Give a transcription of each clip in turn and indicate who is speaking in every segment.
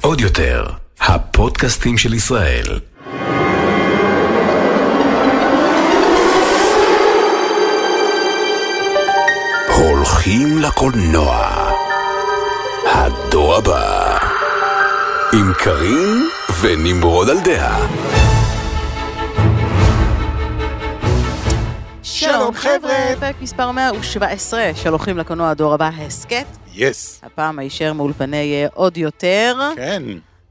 Speaker 1: עוד יותר, הפודקאסטים של ישראל. הולכים לקולנוע. הדור הבא. עם קארין ונמרוד על דעה.
Speaker 2: שלום חבר'ה, פרק מספר 117 של הולכים לקולנוע הדור הבא, הסכת.
Speaker 3: יס.
Speaker 2: הפעם הישר מאולפני אה, עוד יותר.
Speaker 3: כן.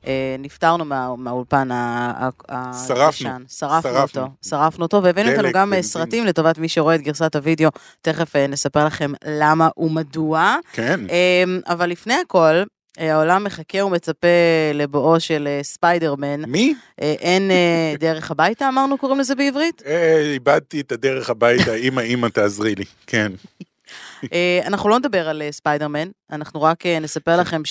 Speaker 2: אה, נפטרנו מה- מהאולפן ה- ה- ה-
Speaker 3: שרפנו.
Speaker 2: הישן. שרפנו
Speaker 3: שרפנו.
Speaker 2: אותו. שרפנו אותו, והבאנו
Speaker 3: דלק,
Speaker 2: איתנו גם אה,
Speaker 3: בנזין.
Speaker 2: סרטים לטובת מי שרואה את גרסת הוידאו. תכף אה, נספר לכם למה ומדוע.
Speaker 3: כן.
Speaker 2: אה, אבל לפני הכל, אה, העולם מחכה ומצפה לבואו של אה, ספיידרמן.
Speaker 3: מי?
Speaker 2: אה, אין אה, דרך הביתה, אמרנו, קוראים לזה בעברית?
Speaker 3: אה, איבדתי את הדרך הביתה, אמא, אמא, תעזרי לי. כן.
Speaker 2: אה, אנחנו לא נדבר על אה, ספיידרמן, אנחנו רק אה, נספר לכם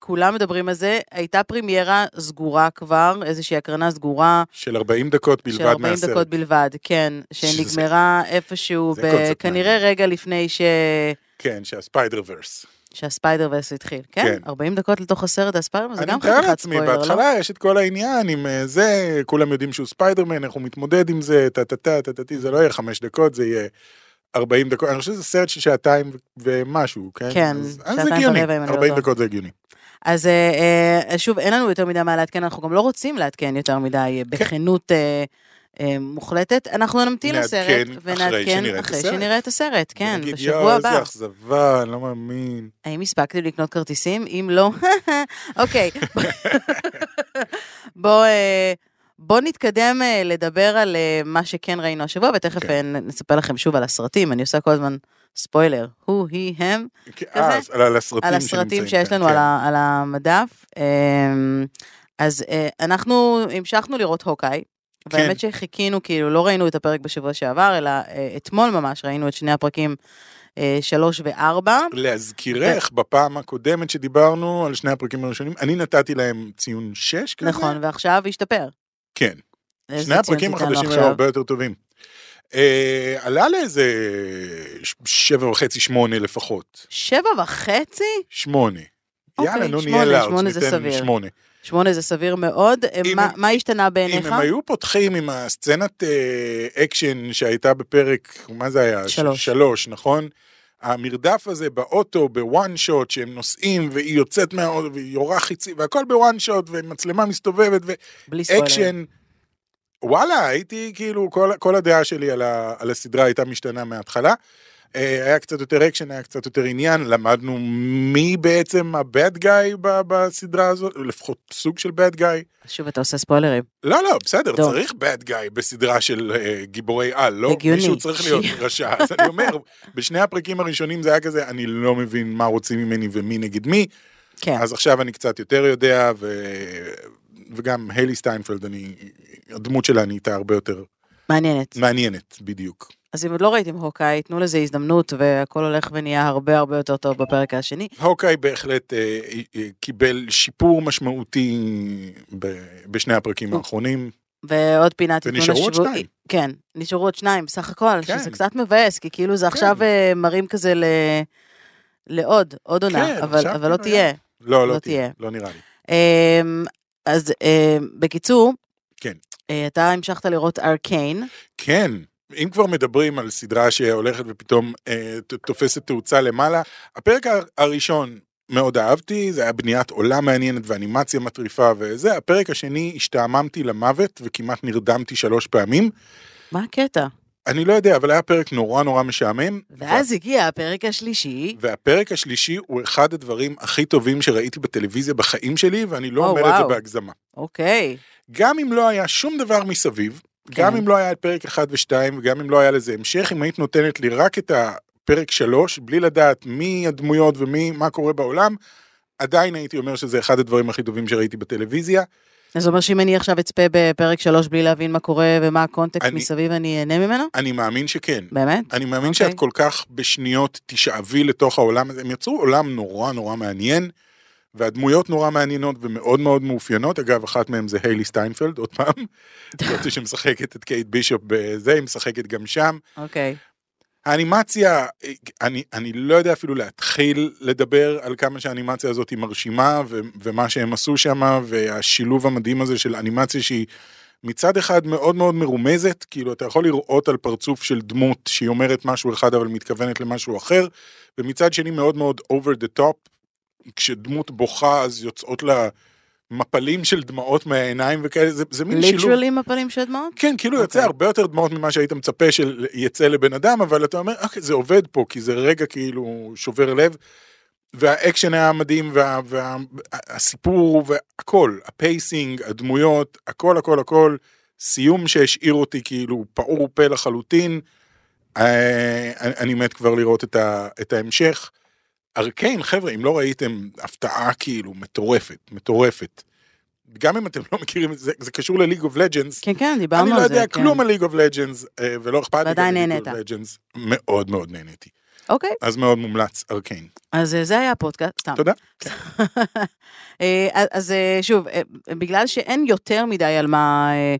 Speaker 2: שכולם מדברים על זה. הייתה פרימיירה סגורה כבר, איזושהי הקרנה סגורה
Speaker 3: של 40 דקות
Speaker 2: של
Speaker 3: בלבד
Speaker 2: 40
Speaker 3: מהסרט.
Speaker 2: דקות בלבד, כן,
Speaker 3: שזה-
Speaker 2: שנגמרה איפשהו,
Speaker 3: זה
Speaker 2: ב-
Speaker 3: קונספט
Speaker 2: כנראה רגע לפני ש...
Speaker 3: כן, שהספיידר ורס.
Speaker 2: שהספיידר ורס התחיל, כן?
Speaker 3: כן.
Speaker 2: 40 דקות לתוך הסרט, הספיידרמן זה
Speaker 3: אני
Speaker 2: גם
Speaker 3: מתאר
Speaker 2: חתיכת
Speaker 3: לעצמי,
Speaker 2: ספוילר, לא?
Speaker 3: בהתחלה יש את כל העניין עם אה, זה, כולם יודעים שהוא ספיידרמן, איך הוא מתמודד עם זה, טה טה טה טה טה טה, זה לא יהיה חמש דקות, זה יהיה 40 דקות, אני חושב שזה סרט של שעתיים ו- ומשהו, כן?
Speaker 2: כן,
Speaker 3: אז- אז זה
Speaker 2: שעתיים
Speaker 3: הגיוני,
Speaker 2: ורבע, אם אני לא
Speaker 3: 40
Speaker 2: טועה.
Speaker 3: דקות זה הגיוני.
Speaker 2: אז אה, אה, שוב, אין לנו יותר מדי מה לעדכן, אנחנו גם לא רוצים לעדכן יותר מדי
Speaker 3: כן.
Speaker 2: אה, בכנות אה, אה, מוחלטת. אנחנו נמתין
Speaker 3: נעדכן
Speaker 2: לסרט,
Speaker 3: אחרי שנראה
Speaker 2: ונעדכן
Speaker 3: את
Speaker 2: אחרי
Speaker 3: הסרט.
Speaker 2: שנראה את הסרט, כן,
Speaker 3: נגיד, יואו,
Speaker 2: בשבוע הבא.
Speaker 3: איזה אכזבה, אני לא מאמין.
Speaker 2: האם הספקתם לקנות כרטיסים? אם לא, אוקיי. בוא... אה, בואו נתקדם אה, לדבר על אה, מה שכן ראינו השבוע, ותכף
Speaker 3: כן.
Speaker 2: אה, נ- נספר לכם שוב על הסרטים, אני עושה כל הזמן ספוילר, הוא, היא, הם,
Speaker 3: כן, אה, אז על על הסרטים
Speaker 2: על הסרטים
Speaker 3: שנמצאים
Speaker 2: שיש
Speaker 3: כאן,
Speaker 2: לנו
Speaker 3: כן.
Speaker 2: על ה- על המדף. אמ, אז אה, אנחנו המשכנו לראות הוקאי,
Speaker 3: כן.
Speaker 2: והאמת שחיכינו, כאילו, לא ראינו את הפרק בשבוע שעבר, אלא אה, אתמול ממש ראינו את שני הפרקים אה, שלוש וארבע.
Speaker 3: להזכירך, בפעם הקודמת שדיברנו על שני הפרקים הראשונים, אני נתתי להם ציון 6 כזה.
Speaker 2: נכון, ועכשיו השתפר.
Speaker 3: כן.
Speaker 2: איזה
Speaker 3: שני
Speaker 2: ציון
Speaker 3: הפרקים
Speaker 2: תיתן לו
Speaker 3: החדשים היו
Speaker 2: עכשיו?
Speaker 3: הרבה יותר טובים. אה, עלה לאיזה ש- שבע וחצי, שמונה לפחות.
Speaker 2: שבע וחצי?
Speaker 3: שמונה.
Speaker 2: אוקיי,
Speaker 3: יאללה, נו, נהיה
Speaker 2: שמונה,
Speaker 3: לארץ,
Speaker 2: שמונה זה
Speaker 3: ניתן
Speaker 2: סביר.
Speaker 3: שמונה.
Speaker 2: שמונה זה סביר מאוד. אה,
Speaker 3: אם
Speaker 2: מה-
Speaker 3: הם-
Speaker 2: מה השתנה
Speaker 3: אם
Speaker 2: בעיניך?
Speaker 3: הם היו פותחים עם הסצנת אה, אקשן שהייתה בפרק, מה זה היה?
Speaker 2: שלוש.
Speaker 3: ש- שלוש, נכון? המרדף הזה באוטו, בוואן שוט, שהם נוסעים, והיא יוצאת מהאוטו, והיא יורה חיצי, והכל בוואן שוט, ומצלמה מסתובבת,
Speaker 2: בלי ספוילר.
Speaker 3: ואקשן. וואלה, הייתי כאילו, כל, כל הדעה שלי על, ה, על הסדרה הייתה משתנה מההתחלה. אה, היה קצת יותר אקשן, היה קצת יותר עניין, למדנו מי בעצם הבד גאי ב- בסדרה הזאת, לפחות סוג של בד גאי.
Speaker 2: שוב, אתה עושה ספוילרים.
Speaker 3: לא, לא, בסדר,
Speaker 2: טוב.
Speaker 3: צריך bad guy בסדרה של אה, גיבורי על, לא?
Speaker 2: הגיוני.
Speaker 3: מישהו צריך להיות רשע. אז אני אומר, בשני הפרקים הראשונים זה היה כזה, אני לא מבין מה רוצים ממני ומי נגד מי,
Speaker 2: כן.
Speaker 3: אז עכשיו אני קצת יותר יודע, ו... וגם היילי סטיינפלד, אני... הדמות שלה נהייתה הרבה יותר
Speaker 2: מעניינת.
Speaker 3: מעניינת, בדיוק.
Speaker 2: אז אם עוד לא ראיתם הוקאי, תנו לזה הזדמנות, והכל הולך ונהיה הרבה הרבה יותר טוב בפרק השני.
Speaker 3: הוקאי בהחלט אה, אה, קיבל שיפור משמעותי ב... בשני הפרקים האחרונים.
Speaker 2: ועוד פינת עדכון
Speaker 3: ונשארו עוד
Speaker 2: השבועי.
Speaker 3: שתיים.
Speaker 2: כן, נשארו עוד שניים בסך הכל,
Speaker 3: כן.
Speaker 2: שזה קצת מבאס, כי כאילו זה עכשיו אה, מראים כזה ל... לעוד, עוד עונה,
Speaker 3: כן,
Speaker 2: אבל,
Speaker 3: עכשיו
Speaker 2: אבל לא
Speaker 3: כאילו,
Speaker 2: תהיה.
Speaker 3: לא,
Speaker 2: לא
Speaker 3: לא
Speaker 2: תהיה.
Speaker 3: תהיה. לא נראה לי.
Speaker 2: אמ, אז אמ, בקיצור,
Speaker 3: כן.
Speaker 2: אה, אתה המשכת לראות ארקיין,
Speaker 3: כן, אם כבר מדברים על סדרה שהולכת ופתאום אה, ת- תופסת תאוצה למעלה, הפרק הר- הראשון מאוד אהבתי, זה היה בניית עולם מעניינת ואנימציה מטריפה וזה, הפרק השני השתעממתי למוות וכמעט נרדמתי שלוש פעמים,
Speaker 2: מה הקטע?
Speaker 3: אני לא יודע, אבל היה פרק נורא נורא משעמם.
Speaker 2: ואז הגיע הפרק השלישי,
Speaker 3: והפרק השלישי הוא אחד הדברים הכי טובים שראיתי בטלוויזיה בחיים שלי, ואני לא
Speaker 2: או,
Speaker 3: אומר את
Speaker 2: וואו.
Speaker 3: זה בהגזמה.
Speaker 2: אוקיי,
Speaker 3: גם אם לא היה שום דבר מסביב,
Speaker 2: כן.
Speaker 3: גם אם לא היה את פרק 1 ו-2, וגם אם לא היה לזה המשך, אם היית נותנת לי רק את הפרק 3, בלי לדעת מי הדמויות ומי, מה קורה בעולם, עדיין הייתי אומר שזה אחד הדברים הכי טובים שראיתי בטלוויזיה.
Speaker 2: אז זה אומר שאם אני עכשיו אצפה בפרק שלוש בלי להבין מה קורה ומה הקונטקסט
Speaker 3: אני-
Speaker 2: מסביב, אני אהנה ממנו?
Speaker 3: אני מאמין שכן.
Speaker 2: באמת?
Speaker 3: אני מאמין
Speaker 2: אוקיי.
Speaker 3: שאת כל כך בשניות תשאבי לתוך העולם הזה. הם יצרו עולם נורא נורא מעניין, והדמויות נורא מעניינות ומאוד מאוד מאופיינות. אגב, אחת מהן זה היילי סטיינפלד, עוד פעם. זאתי שמשחקת את קייט בישופ בזה, היא משחקת גם שם.
Speaker 2: אוקיי.
Speaker 3: האנימציה, אה, אני, אני לא יודע אפילו להתחיל לדבר על כמה שהאנימציה הזאת היא מרשימה ו, ומה שהם עשו שם והשילוב המדהים הזה של אנימציה שהיא מצד אחד מאוד מאוד מרומזת, כאילו אתה יכול לראות על פרצוף של דמות שהיא אומרת משהו אחד אבל מתכוונת למשהו אחר, ומצד שני מאוד מאוד over the top, כשדמות בוכה אז יוצאות לה מפלים של דמעות מהעיניים וכאלה, זה, זה מין שילוב.
Speaker 2: ליטרלי עם הפנים של דמעות?
Speaker 3: כן, כאילו okay. יוצא
Speaker 2: אוקיי.
Speaker 3: הרבה יותר דמעות ממה שהיית מצפה של יצא לבן אדם, אבל אתה אומר, אוקיי, זה עובד פה, כי זה רגע כאילו שובר לב. והאקשן היה מדהים, והסיפור, וה, וה, הסיפור והכל, הפייסינג, הדמויות, הכל הכל הכל, סיום שהשאיר אותי כאילו פעור פה לחלוטין. אה, אני, אני מת כבר לראות את, ה, את ההמשך. ארקיין, חבר'ה, אם לא ראיתם, הפתעה כאילו מטורפת, מטורפת. גם אם אתם לא מכירים את זה, זה קשור לליג אוף לג'אנס,
Speaker 2: כן, כן, דיברנו על
Speaker 3: אני
Speaker 2: זה.
Speaker 3: לא יודע
Speaker 2: כן.
Speaker 3: כלום על ליג אוף לג'אנס, אה, ולא אכפת לי.
Speaker 2: ועדיין
Speaker 3: גם מליג
Speaker 2: נהנית.
Speaker 3: אוף לג'אנס. מאוד מאוד נהניתי.
Speaker 2: אוקיי,
Speaker 3: אז מאוד מומלץ, ארקיין.
Speaker 2: אז אה, זה היה הפודקאסט, סתם.
Speaker 3: תודה.
Speaker 2: אה, אז- אז אה, שוב, אה, בגלל שאין יותר מדי על מה... אה,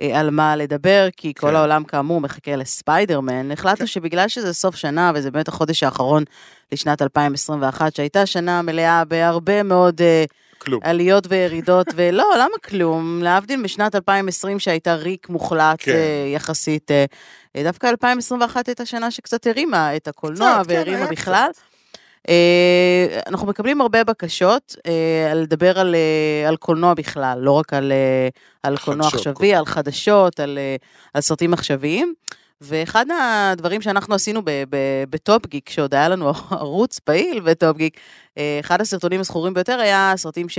Speaker 2: אה, על מה לדבר, כי כל
Speaker 3: כן.
Speaker 2: העולם כאמור מחכה לספיידרמן.
Speaker 3: כן.
Speaker 2: החלטנו שבגלל שזה סוף שנה, וזה באמת החודש האחרון לשנת 2021, שהייתה שנה מלאה בהרבה מאוד אה,
Speaker 3: כלום.
Speaker 2: עליות וירידות, ולא, למה כלום? להבדיל משנת 2020 שהייתה ריק מוחלט
Speaker 3: כן.
Speaker 2: כן. יחסית, אה, אה, דווקא 2021 הייתה שנה שקצת הרימה את הקולנוע
Speaker 3: קצת, כן,
Speaker 2: והרימה
Speaker 3: היה
Speaker 2: בכלל. אה, אנחנו מקבלים הרבה בקשות אה, על לדבר על, אה, על קולנוע בכלל, לא רק על, אה, על קולנוע
Speaker 3: חדשות,
Speaker 2: עכשווי,
Speaker 3: קולנוע.
Speaker 2: על חדשות, על, אה, על סרטים עכשוויים. ואחד הדברים שאנחנו עשינו ב- ב- בטופ גיק, כשעוד היה לנו ערוץ פעיל בטופ גיק, אה, אחד הסרטונים הזכורים ביותר היה הסרטים ש...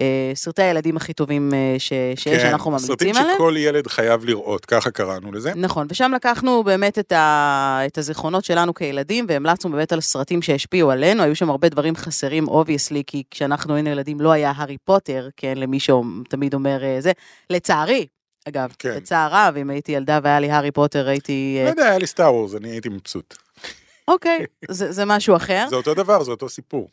Speaker 2: אה, סרטי הילדים הכי טובים אה, ש... שיש,
Speaker 3: כן,
Speaker 2: שאנחנו
Speaker 3: סרטים
Speaker 2: ממליצים עליהם.
Speaker 3: שכל ילד חייב לראות, ככה קראנו לזה.
Speaker 2: נכון, ושם לקחנו באמת את, ה... את הזיכרונות שלנו כילדים, והמלצנו באמת על סרטים שהשפיעו עלינו, היו שם הרבה דברים חסרים, אובייסלי, כי כשאנחנו היינו ילדים לא היה הארי פוטר, כן, למי שתמיד אומר אה, זה, לצערי, אגב,
Speaker 3: כן.
Speaker 2: לצער רב, אם הייתי ילדה והיה לי הארי פוטר, הייתי...
Speaker 3: לא
Speaker 2: אה,
Speaker 3: יודע, היה לי סטאר וורז, אני הייתי מבסוט.
Speaker 2: אוקיי, זה, זה משהו אחר.
Speaker 3: זה אותו דבר, זה אותו סיפור.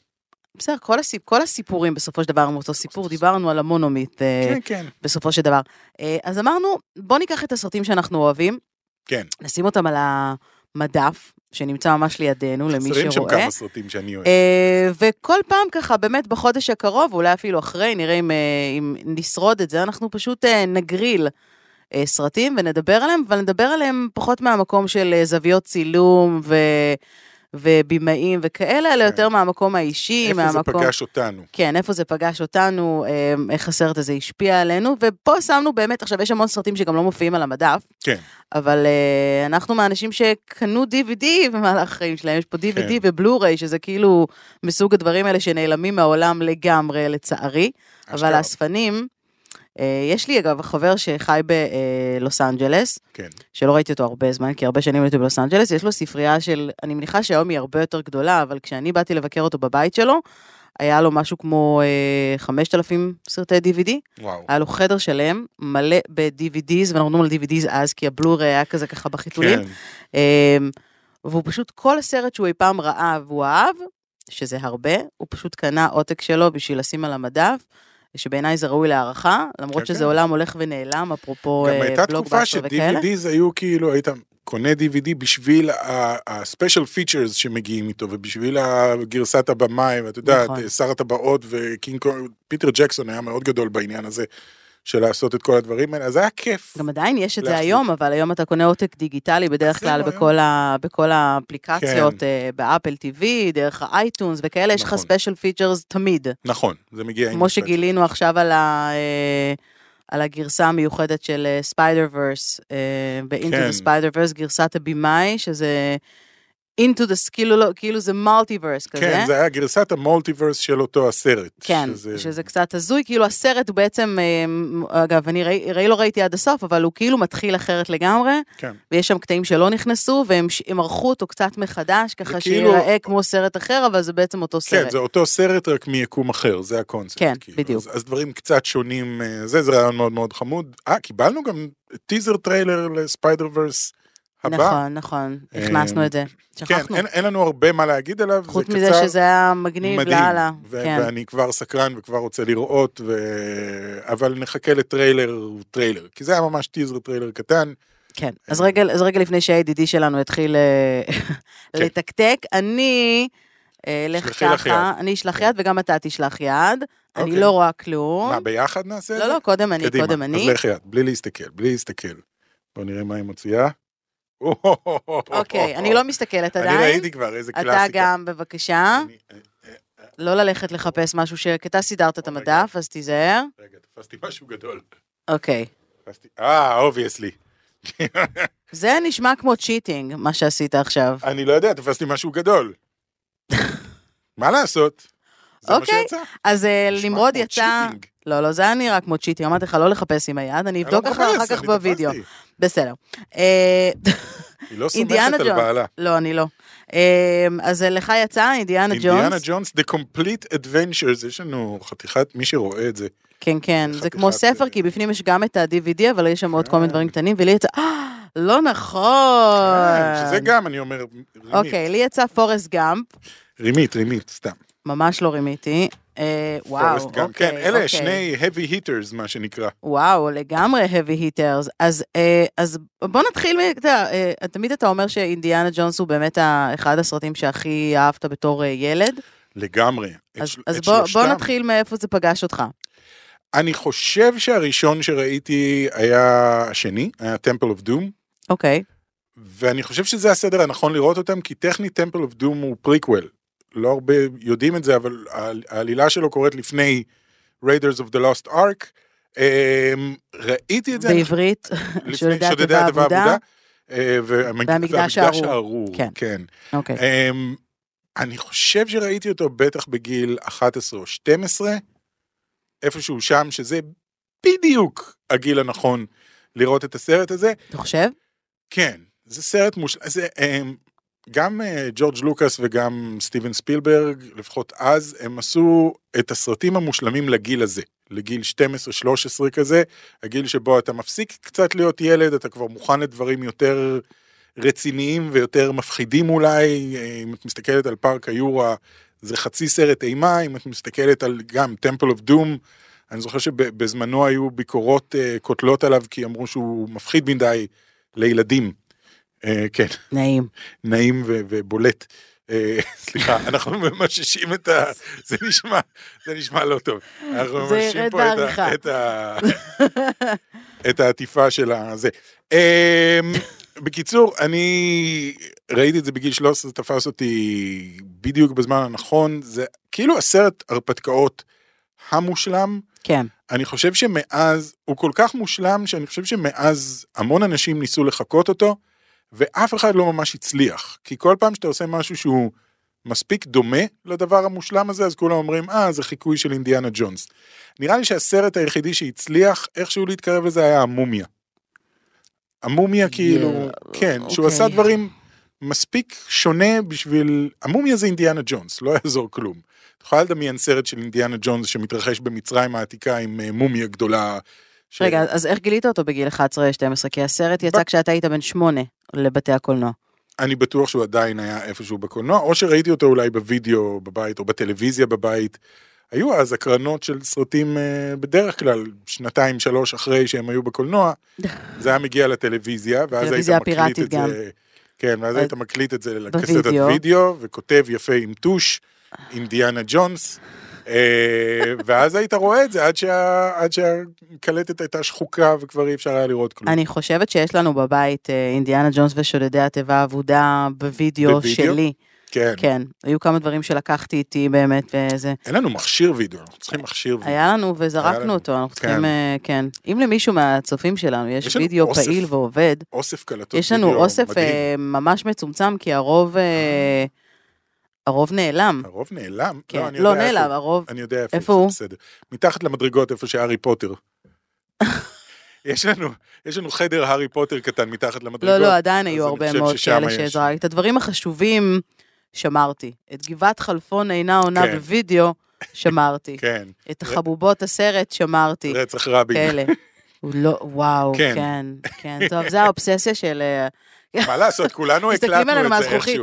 Speaker 2: בסדר, כל, הסיפ... כל הסיפורים בסופו של דבר הם אותו סיפור, דיברנו על המונומית אה,
Speaker 3: כן, כן.
Speaker 2: בסופו של דבר. אה, אז אמרנו, בוא ניקח את הסרטים שאנחנו אוהבים,
Speaker 3: כן.
Speaker 2: נשים אותם על המדף, שנמצא ממש לידינו, למי
Speaker 3: חסרים שם
Speaker 2: שרואה.
Speaker 3: כמה סרטים שאני אוהב.
Speaker 2: אה, וכל פעם ככה, באמת בחודש הקרוב, אולי אפילו אחרי, נראה אם, אה, אם נשרוד את זה, אנחנו פשוט אה, נגריל אה, סרטים ונדבר עליהם, אבל נדבר עליהם פחות מהמקום של אה, זוויות צילום ו... ובימאים וכאלה, אלא
Speaker 3: כן.
Speaker 2: יותר מהמקום האישי,
Speaker 3: איפה זה
Speaker 2: מהמקום...
Speaker 3: פגש אותנו?
Speaker 2: כן, איפה זה פגש אותנו, אה, איך הסרט הזה השפיע עלינו, ופה שמנו באמת, עכשיו יש המון סרטים שגם לא מופיעים על המדף,
Speaker 3: כן.
Speaker 2: אבל אה, אנחנו מהאנשים שקנו DVD במהלך החיים שלהם, יש פה DVD
Speaker 3: כן.
Speaker 2: ובלו-ריי, שזה כאילו מסוג הדברים האלה שנעלמים מהעולם לגמרי, לצערי, אבל
Speaker 3: אשכרה.
Speaker 2: האספנים, אה, יש לי אגב חבר שחי בלוס אנג'לס,
Speaker 3: כן.
Speaker 2: שלא ראיתי אותו הרבה זמן, כי הרבה שנים הייתי בלוס אנג'לס, יש לו ספרייה של, אני מניחה שהיום היא הרבה יותר גדולה, אבל כשאני באתי לבקר אותו בבית שלו, היה לו משהו כמו אה, 5,000 סרטי DVD,
Speaker 3: וואו.
Speaker 2: היה לו חדר שלם, מלא ב-DVDs, ואנחנו מדברים על DVDs אז, כי הבלורי היה כזה ככה בחיתולים.
Speaker 3: כן.
Speaker 2: אה, והוא פשוט, כל סרט שהוא אי פעם ראה והוא אהב, שזה הרבה, הוא פשוט קנה עותק שלו בשביל לשים על המדף. שבעיניי זה ראוי להערכה, למרות
Speaker 3: כן,
Speaker 2: שזה
Speaker 3: כן.
Speaker 2: עולם הולך ונעלם, אפרופו
Speaker 3: גם
Speaker 2: אה,
Speaker 3: הייתה תקופה
Speaker 2: בלוקבאסטר וכאלה.
Speaker 3: ש-DVDs היו כאילו, היית קונה DVD בשביל ה-special features שמגיעים איתו, ובשביל הגרסת הבמאי, ואת יודעת,
Speaker 2: נכון.
Speaker 3: שר הטבעות וקינג קונג, פיטר ג'קסון היה מאוד גדול בעניין הזה של לעשות את כל הדברים האלה, אז היה כיף.
Speaker 2: גם עדיין יש את זה
Speaker 3: להחזיק.
Speaker 2: היום, אבל היום אתה קונה עותק דיגיטלי בדרך
Speaker 3: זהו,
Speaker 2: כלל
Speaker 3: היום. כן.
Speaker 2: בכל, ה, בכל האפליקציות, אה, באפל TV, דרך האייטונס וכאלה, יש לך
Speaker 3: נכון.
Speaker 2: ספיישל פיצ'רס תמיד.
Speaker 3: נכון, זה מגיע עם...
Speaker 2: כמו שגילינו עכשיו על, ה, אה, על הגרסה המיוחדת של ספיידר ורס,
Speaker 3: כן.
Speaker 2: ב-Into the Spider Verse, גרסת הבמאי, שזה Into the, כאילו, לא, כאילו זה מולטיברס כזה.
Speaker 3: כן, זה היה גרסת המולטיברס של אותו הסרט.
Speaker 2: כן, שזה... שזה קצת הזוי, כאילו הסרט הוא בעצם, אה, אגב, אני ראי, ראי לא ראיתי עד הסוף, אבל הוא כאילו מתחיל אחרת לגמרי.
Speaker 3: כן.
Speaker 2: ויש שם קטעים שלא נכנסו, והם ש- הם ערכו אותו קצת מחדש, ככה
Speaker 3: כאילו-
Speaker 2: שייראה כמו סרט אחר, אבל זה בעצם אותו סרט.
Speaker 3: כן, זה אותו סרט רק מיקום אחר, זה הקונספט.
Speaker 2: כן,
Speaker 3: כאילו.
Speaker 2: בדיוק.
Speaker 3: אז, אז דברים קצת שונים, אה, זה, זה רעיון מאוד מאוד חמוד. אה, קיבלנו גם טיזר טריילר לספיידר ורס הבא.
Speaker 2: נכון, נכון,
Speaker 3: אה,
Speaker 2: הכנסנו את זה.
Speaker 3: כן,
Speaker 2: שכחנו.
Speaker 3: אין, אין לנו הרבה מה להגיד עליו,
Speaker 2: חוץ
Speaker 3: זה
Speaker 2: מזה
Speaker 3: קצר,
Speaker 2: שזה היה מגניב
Speaker 3: מדהים.
Speaker 2: לאללה.
Speaker 3: ו-
Speaker 2: כן.
Speaker 3: ואני כבר סקרן וכבר רוצה לראות, ו... אבל נחכה לטריילר טריילר, כי זה היה ממש טיזר טריילר קטן.
Speaker 2: כן, אז רגע, אז רגע לפני שהידידי שלנו יתחיל אה,
Speaker 3: כן.
Speaker 2: לתקתק, אני אה, לך
Speaker 3: שלחי לך
Speaker 2: ככה,
Speaker 3: יד. כן.
Speaker 2: אני אשלח יד וגם אתה תשלח יד, אני
Speaker 3: אוקיי.
Speaker 2: לא רואה כלום.
Speaker 3: מה, ביחד נעשה את זה?
Speaker 2: לא, לא, קודם אני,
Speaker 3: קדימה,
Speaker 2: קודם
Speaker 3: אז
Speaker 2: אני.
Speaker 3: לך יד, בלי להסתכל, בלי להסתכל. בוא נראה מה היא מוציאה.
Speaker 2: אוקיי, אני לא מסתכלת
Speaker 3: אני
Speaker 2: עדיין.
Speaker 3: ראיתי כבר, איזה
Speaker 2: אתה
Speaker 3: קלאסיקה.
Speaker 2: גם, בבקשה.
Speaker 3: אני- אה, אה, אה,
Speaker 2: לא ללכת לחפש משהו ש... כי אתה סידרת את
Speaker 3: רגע.
Speaker 2: המדף, אז תיזהר.
Speaker 3: רגע, תפסתי משהו גדול.
Speaker 2: אוקיי.
Speaker 3: תפסתי- אה, אובייסלי.
Speaker 2: זה נשמע כמו צ'יטינג, מה שעשית עכשיו.
Speaker 3: אני לא יודע, תפסתי משהו גדול. מה לעשות? זה מה
Speaker 2: אוקיי,
Speaker 3: שיצא.
Speaker 2: אז אה,
Speaker 3: נשמע
Speaker 2: נמרוד
Speaker 3: כמו
Speaker 2: יצא...
Speaker 3: צ'יטינג.
Speaker 2: לא, לא, זה היה נראה כמו צ'יטינג. אמרתי לך לא לחפש עם היד, אני
Speaker 3: אני
Speaker 2: אבדוק
Speaker 3: לא
Speaker 2: לך אחר
Speaker 3: מחפש,
Speaker 2: כך
Speaker 3: אני
Speaker 2: בווידאו.
Speaker 3: תפסתי.
Speaker 2: בסדר. אה,
Speaker 3: היא לא
Speaker 2: אינדיאנה
Speaker 3: סומכת על
Speaker 2: ג'ונס.
Speaker 3: בעלה.
Speaker 2: לא, אני לא. אה, אז אה, לך יצא אינדיאנה
Speaker 3: אינדיאנה
Speaker 2: ג'ונס.
Speaker 3: ג'ונס, The Complete Adventures, יש לנו חתיכת, מי שרואה את זה.
Speaker 2: כן, כן, זה
Speaker 3: חתיכת,
Speaker 2: כמו ספר,
Speaker 3: אה, כן.
Speaker 2: כי בפנים יש גם את ה-DVD, אבל יש שם עוד כל מיני דברים קטנים, ולי יצא... אה, לא
Speaker 3: אה, שזה
Speaker 2: נכון.
Speaker 3: גם, אני אומר, רימית.
Speaker 2: אוקיי, לי יצא פורסט גאמפ.
Speaker 3: רימית, רימית, סתם. ממש
Speaker 2: ממש לא רימיתי. אה, וואו,
Speaker 3: פורסט גאמפ,
Speaker 2: אוקיי,
Speaker 3: כן, אלה
Speaker 2: אוקיי.
Speaker 3: שני heavy hitters, מה שנקרא.
Speaker 2: וואו, לגמרי heavy hitters. אז, אה, אז בוא נתחיל, מ- אתה יודע, אה, תמיד אתה אומר שאינדיאנה ג'ונס הוא באמת ה- אחד הסרטים שהכי אהבת בתור אה, ילד,
Speaker 3: לגמרי. את
Speaker 2: אז,
Speaker 3: של-
Speaker 2: אז
Speaker 3: את
Speaker 2: בוא, בוא
Speaker 3: שלושתם.
Speaker 2: נתחיל מאיפה זה פגש אותך.
Speaker 3: אני חושב שהראשון שראיתי היה השני, היה Temple of Doom,
Speaker 2: אוקיי,
Speaker 3: ואני חושב שזה הסדר הנכון לראות אותם, כי טכנית Temple of Doom הוא פריקוול. לא הרבה יודעים את זה, אבל העל- העלילה שלו קורית לפני Raiders of the Lost Ark. אמ, ראיתי את זה, אני
Speaker 2: בעברית,
Speaker 3: לפני
Speaker 2: שודדי
Speaker 3: שודדי
Speaker 2: התיבה
Speaker 3: התיבה
Speaker 2: האבודה.
Speaker 3: האבודה, אה, והמג-
Speaker 2: והמקדש
Speaker 3: והמקדש
Speaker 2: הארור.
Speaker 3: הארור,
Speaker 2: כן.
Speaker 3: כן.
Speaker 2: אוקיי.
Speaker 3: אמ, אני חושב שראיתי אותו בטח בגיל 11 או 12, איפשהו שם, שזה בדיוק הגיל הנכון לראות את הסרט הזה.
Speaker 2: אתה חושב?
Speaker 3: כן, זה סרט מושלם, זה אמ, גם אה, ג'ורג' לוקאס וגם סטיבן ספילברג, לפחות אז, הם עשו את הסרטים המושלמים לגיל הזה. לגיל 12-13 כזה, הגיל שבו אתה מפסיק קצת להיות ילד, אתה כבר מוכן לדברים יותר רציניים ויותר מפחידים אולי, אה, אם את מסתכלת על פארק היורה, זה חצי סרט אימה, אם את מסתכלת על גם Temple of Doom, אני זוכר שבזמנו היו ביקורות אה, קוטלות עליו, כי אמרו שהוא מפחיד מדי לילדים. אה, כן,
Speaker 2: נעים.
Speaker 3: נעים ו- ובולט. אה, סליחה, אנחנו ממששים את ה... זה נשמע, זה נשמע לא טוב. אנחנו
Speaker 2: זה
Speaker 3: ממששים
Speaker 2: ירד
Speaker 3: פה את ה-
Speaker 2: בעריכה.
Speaker 3: את ה... את העטיפה של הזה. אמ, בקיצור, אני ראיתי את זה בגיל 13, זה תפס אותי בדיוק בזמן הנכון. זה כאילו הסרט הרפתקאות המושלם.
Speaker 2: כן,
Speaker 3: אני חושב שמאז, הוא כל כך מושלם, שאני חושב שמאז המון אנשים ניסו לחקות אותו, ואף אחד לא ממש הצליח. כי כל פעם שאתה עושה משהו שהוא מספיק דומה לדבר המושלם הזה, אז כולם אומרים, אה, זה חיקוי של אינדיאנה ג'ונס. נראה לי שהסרט היחידי שהצליח איכשהו להתקרב לזה היה המומיה. המומיה כאילו, כן, שהוא
Speaker 2: אוקיי.
Speaker 3: עשה דברים מספיק שונה בשביל... המומיה זה אינדיאנה ג'ונס, לא יעזור כלום. את יכולה לדמיין סרט של אינדיאנה ג'ונס שמתרחש במצרים העתיקה עם אה, מומיה גדולה. ש-
Speaker 2: רגע, אז איך גילית אותו בגיל 11-12? כי הסרט יצא
Speaker 3: ב-
Speaker 2: כשאתה היית בן שמונה לבתי הקולנוע.
Speaker 3: אני בטוח שהוא עדיין היה איפשהו בקולנוע, או שראיתי אותו אולי בווידאו בבית, או בטלוויזיה בבית. היו אז הקרנות של סרטים אה, בדרך כלל, שנתיים, שלוש אחרי שהם היו בקולנוע, זה היה מגיע לטלוויזיה, ואז היית
Speaker 2: הטלוויזיה
Speaker 3: מקליט
Speaker 2: הפיראטית
Speaker 3: את זה... כן, ואז
Speaker 2: ב-
Speaker 3: היית מקליט את זה לקסטת
Speaker 2: בווידאו.
Speaker 3: וידאו, וכותב יפה עם טוש, אינדיאנה ג'ונס, אה, ואז היית רואה את זה עד שה- עד שהקלטת הייתה שחוקה וכבר אי אפשר היה לראות כלום.
Speaker 2: אני חושבת שיש לנו בבית אה, אינדיאנה ג'ונס ושודדי התיבה האבודה בווידאו
Speaker 3: בווידאו?
Speaker 2: שלי.
Speaker 3: כן.
Speaker 2: כן, היו כמה דברים שלקחתי איתי באמת, וזה.
Speaker 3: אין לנו מכשיר וידאו, אנחנו צריכים מכשיר וידאו.
Speaker 2: היה לנו
Speaker 3: היה
Speaker 2: וזרקנו
Speaker 3: לנו,
Speaker 2: אותו, אנחנו צריכים,
Speaker 3: כן.
Speaker 2: אה, כן. אם למישהו מהצופים שלנו יש
Speaker 3: יש לנו
Speaker 2: וידאו
Speaker 3: אוסף.
Speaker 2: פעיל ועובד,
Speaker 3: אוסף קלטות
Speaker 2: יש לנו
Speaker 3: וידאו
Speaker 2: אוסף
Speaker 3: מדהים.
Speaker 2: אה, ממש מצומצם, כי הרוב אה, הרוב נעלם.
Speaker 3: הרוב נעלם?
Speaker 2: כן,
Speaker 3: לא, אני
Speaker 2: לא
Speaker 3: יודע איפה
Speaker 2: נעלם,
Speaker 3: הוא.
Speaker 2: הרוב...
Speaker 3: אני יודע איפה,
Speaker 2: איפה
Speaker 3: זה
Speaker 2: הוא?
Speaker 3: בסדר. מתחת למדרגות, איפה שהארי פוטר. יש לנו, יש לנו חדר הארי פוטר קטן מתחת למדרגות.
Speaker 2: לא, לא, עדיין
Speaker 3: אז
Speaker 2: היו
Speaker 3: אני
Speaker 2: הרבה
Speaker 3: חושב
Speaker 2: מאוד
Speaker 3: ששם
Speaker 2: כאלה
Speaker 3: יש.
Speaker 2: שזרקתי. את הדברים החשובים שמרתי. את גבעת חלפון אינה עונה
Speaker 3: כן.
Speaker 2: בווידאו, שמרתי.
Speaker 3: כן,
Speaker 2: את חבובות הסרט שמרתי.
Speaker 3: רצח רבין.
Speaker 2: כאלה. הוא לא, וואו,
Speaker 3: כן.
Speaker 2: כן, כן. טוב, זה האובססיה של אה,
Speaker 3: מה לעשות, כולנו
Speaker 2: מסתכלים
Speaker 3: הקלטנו
Speaker 2: עלינו
Speaker 3: את זה נכון.
Speaker 2: מהזכוכית.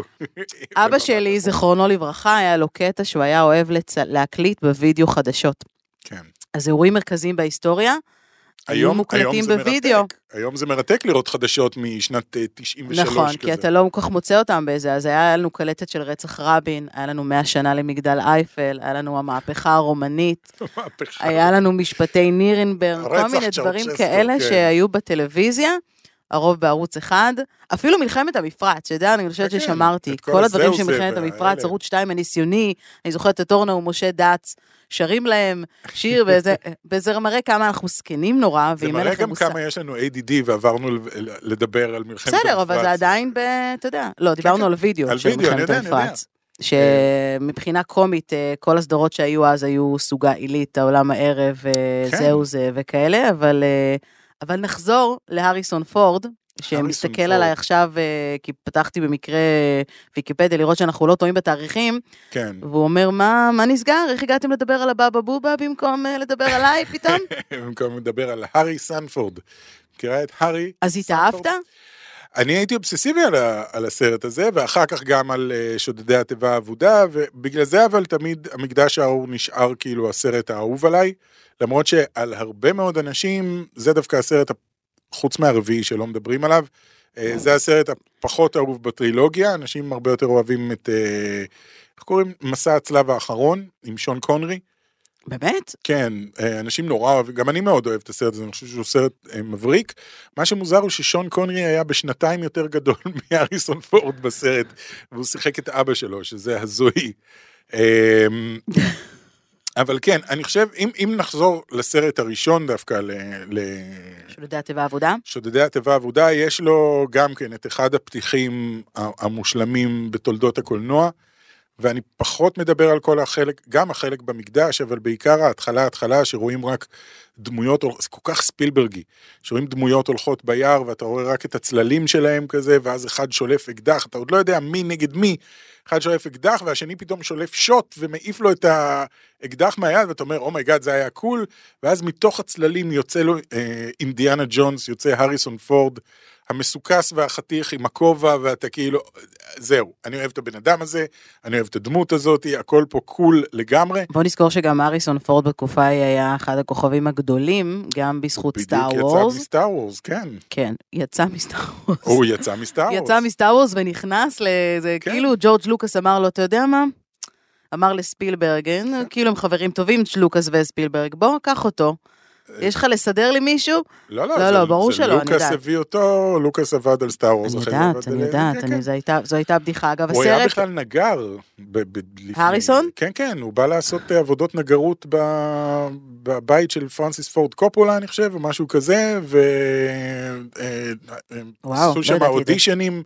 Speaker 3: איכשהו.
Speaker 2: אבא שלי, זיכרונו לברכה, היה לו קטע שהוא היה אוהב לצ... להקליט בווידאו חדשות.
Speaker 3: כן,
Speaker 2: אז אירועים מרכזיים בהיסטוריה, היו מוקלטים בווידאו.
Speaker 3: מרתק. היום זה מרתק לראות חדשות משנת אה, 93
Speaker 2: נכון,
Speaker 3: כזה.
Speaker 2: כי אתה לא כל כך מוצא אותם באיזה, אז היה לנו קלטת של רצח רבין, היה לנו 100 שנה למגדל אייפל, היה לנו המהפכה הרומנית,
Speaker 3: מהפכה.
Speaker 2: לא- היה לנו משפטי נירנברג, כל
Speaker 3: הרצח
Speaker 2: מיני
Speaker 3: צ'אוצ'סקו,
Speaker 2: דברים כאלה
Speaker 3: כן.
Speaker 2: שהיו בטלוויזיה, הרוב בערוץ אחד, אפילו מלחמת המפרץ, שאתה יודע, אני חושבת
Speaker 3: כן,
Speaker 2: ששמרתי,
Speaker 3: את
Speaker 2: את
Speaker 3: כל
Speaker 2: כל הדברים
Speaker 3: הזהו
Speaker 2: של
Speaker 3: זה
Speaker 2: מלחמת
Speaker 3: והאלה.
Speaker 2: המפרץ, ערוץ 2 הניסיוני, אני זוכרת את אורנה ומשה דץ, שרים להם שיר, וזה- וזה מראה כמה אנחנו זקנים נורא,
Speaker 3: זה
Speaker 2: ואם אין
Speaker 3: מראה
Speaker 2: לכם
Speaker 3: גם
Speaker 2: מושג.
Speaker 3: כמה יש לנו ADD ועברנו ל- ל- לדבר על מלחמת
Speaker 2: בסדר, אבל
Speaker 3: המפרץ.
Speaker 2: זה עדיין ב... אתה יודע, לא,
Speaker 3: כן.
Speaker 2: דיברנו על וידאו
Speaker 3: על
Speaker 2: של
Speaker 3: וידאו, אני
Speaker 2: מלחמת
Speaker 3: יודע, כן. אני יודע.
Speaker 2: המפרץ. שמבחינה קומית, אה, כל הסדרות שהיו אז היו סוגה עילית, העולם הערב, אה,
Speaker 3: כן.
Speaker 2: זהו זה וכאלה, אבל אה, אבל נחזור להריסון פורד. שמסתכל
Speaker 3: פורד.
Speaker 2: עליי עכשיו, אה, כי פתחתי במקרה ויקיפדיה לראות שאנחנו לא טועים בתאריכים,
Speaker 3: כן,
Speaker 2: והוא אומר, מה, מה נסגר? איך הגעתם לדבר על הבאבא בובה במקום אה, לדבר עליי פתאום?
Speaker 3: במקום לדבר כן, על הארי סנפורד. מכירה את הארי?
Speaker 2: אז התאהבת?
Speaker 3: אני הייתי אובססיבי על, ה, על הסרט הזה, ואחר כך גם על אה, שודדי התיבה האבודה, ובגלל זה אבל תמיד המקדש האור נשאר כאילו הסרט האהוב עליי, למרות שעל הרבה מאוד אנשים, זה דווקא הסרט, ה- חוץ מהרביעי שלא מדברים עליו, אה, זה הסרט הפחות אהוב בטרילוגיה, אנשים הרבה יותר אוהבים את, אה, איך קוראים? מסע הצלב האחרון, עם שון קונרי.
Speaker 2: באמת?
Speaker 3: כן, אה, אנשים נורא אוהבים, גם אני מאוד אוהב את הסרט הזה, אני חושב שהוא סרט אה, מבריק. מה שמוזר הוא ששון קונרי היה בשנתיים יותר גדול מהריסון פורד בסרט, והוא שיחק את אבא שלו, שזה הזוי. אה, אבל כן, אני חושב, אם, אם נחזור לסרט הראשון דווקא, ל, ל,
Speaker 2: שלא יודעת, בעבודה?
Speaker 3: שודדי התיבה האבודה, יש לו גם כן את אחד הפתיחים ה- המושלמים בתולדות הקולנוע, ואני פחות מדבר על כל החלק, גם החלק במקדש, אבל בעיקר ההתחלה, ההתחלה, שרואים רק דמויות, הול- זה כל כך ספילברגי, שרואים דמויות הולכות ביער, ואתה רואה רק את הצללים שלהם כזה, ואז אחד שולף אקדח, אתה עוד לא יודע מי נגד מי, אחד שולף אקדח, והשני פתאום שולף שוט, ומעיף לו את האקדח מהיד, ואתה אומר, אומייגאד, זה היה קול, ואז מתוך הצללים יוצא לו אה, אינדיאנה ג'ונס, יוצא הריסון פורד, המסוכס והחתיך עם הכובע, ואתה כאילו, זהו, אני אוהב את הבן אדם הזה, אני אוהב את הדמות הזאת, הכל פה קול לגמרי.
Speaker 2: בוא נזכור שגם אריסון פורד בתקופה ההיא היה אחד הכוכבים הגדולים, גם בזכות סטאר
Speaker 3: בדיוק
Speaker 2: וורס.
Speaker 3: יצא מסטאר וורס, כן.
Speaker 2: כן, יצא מסטאר וורס.
Speaker 3: הוא יצא מסטאר וורס.
Speaker 2: יצא מסטאר וורס ונכנס לזה,
Speaker 3: כן.
Speaker 2: כאילו ג'ורג' לוקאס אמר לו, אתה יודע מה? אמר לספילברג, "אין,
Speaker 3: כן.
Speaker 2: כאילו הם חברים טובים, לוקאס וספילברג, בוא, קח אותו.
Speaker 3: אה,
Speaker 2: יש לך לסדר לי מישהו?
Speaker 3: לא,
Speaker 2: לא,
Speaker 3: לא, זה-
Speaker 2: לא, ברור
Speaker 3: זה
Speaker 2: שלא, אני
Speaker 3: לוקאס
Speaker 2: יודעת.
Speaker 3: הביא אותו, לוקאס עבד על סטאר וורס.
Speaker 2: אני
Speaker 3: אחרי זה עבד
Speaker 2: יודעת, אני
Speaker 3: על-
Speaker 2: יודעת,
Speaker 3: כן,
Speaker 2: אני-
Speaker 3: כן.
Speaker 2: זו הייתה- זו הייתה בדיחה. אגב,
Speaker 3: הוא היה
Speaker 2: הסרט,
Speaker 3: בכלל נגר. ב- ב- לפני-
Speaker 2: הריסון?
Speaker 3: כן, כן, הוא בא לעשות אה, עבודות נגרות ב- בבית של פרנסיס פורד קופולה, אני חושב, או משהו כזה,
Speaker 2: וואו, לא
Speaker 3: ועשו שם
Speaker 2: ידעתי את זה.
Speaker 3: אודישנים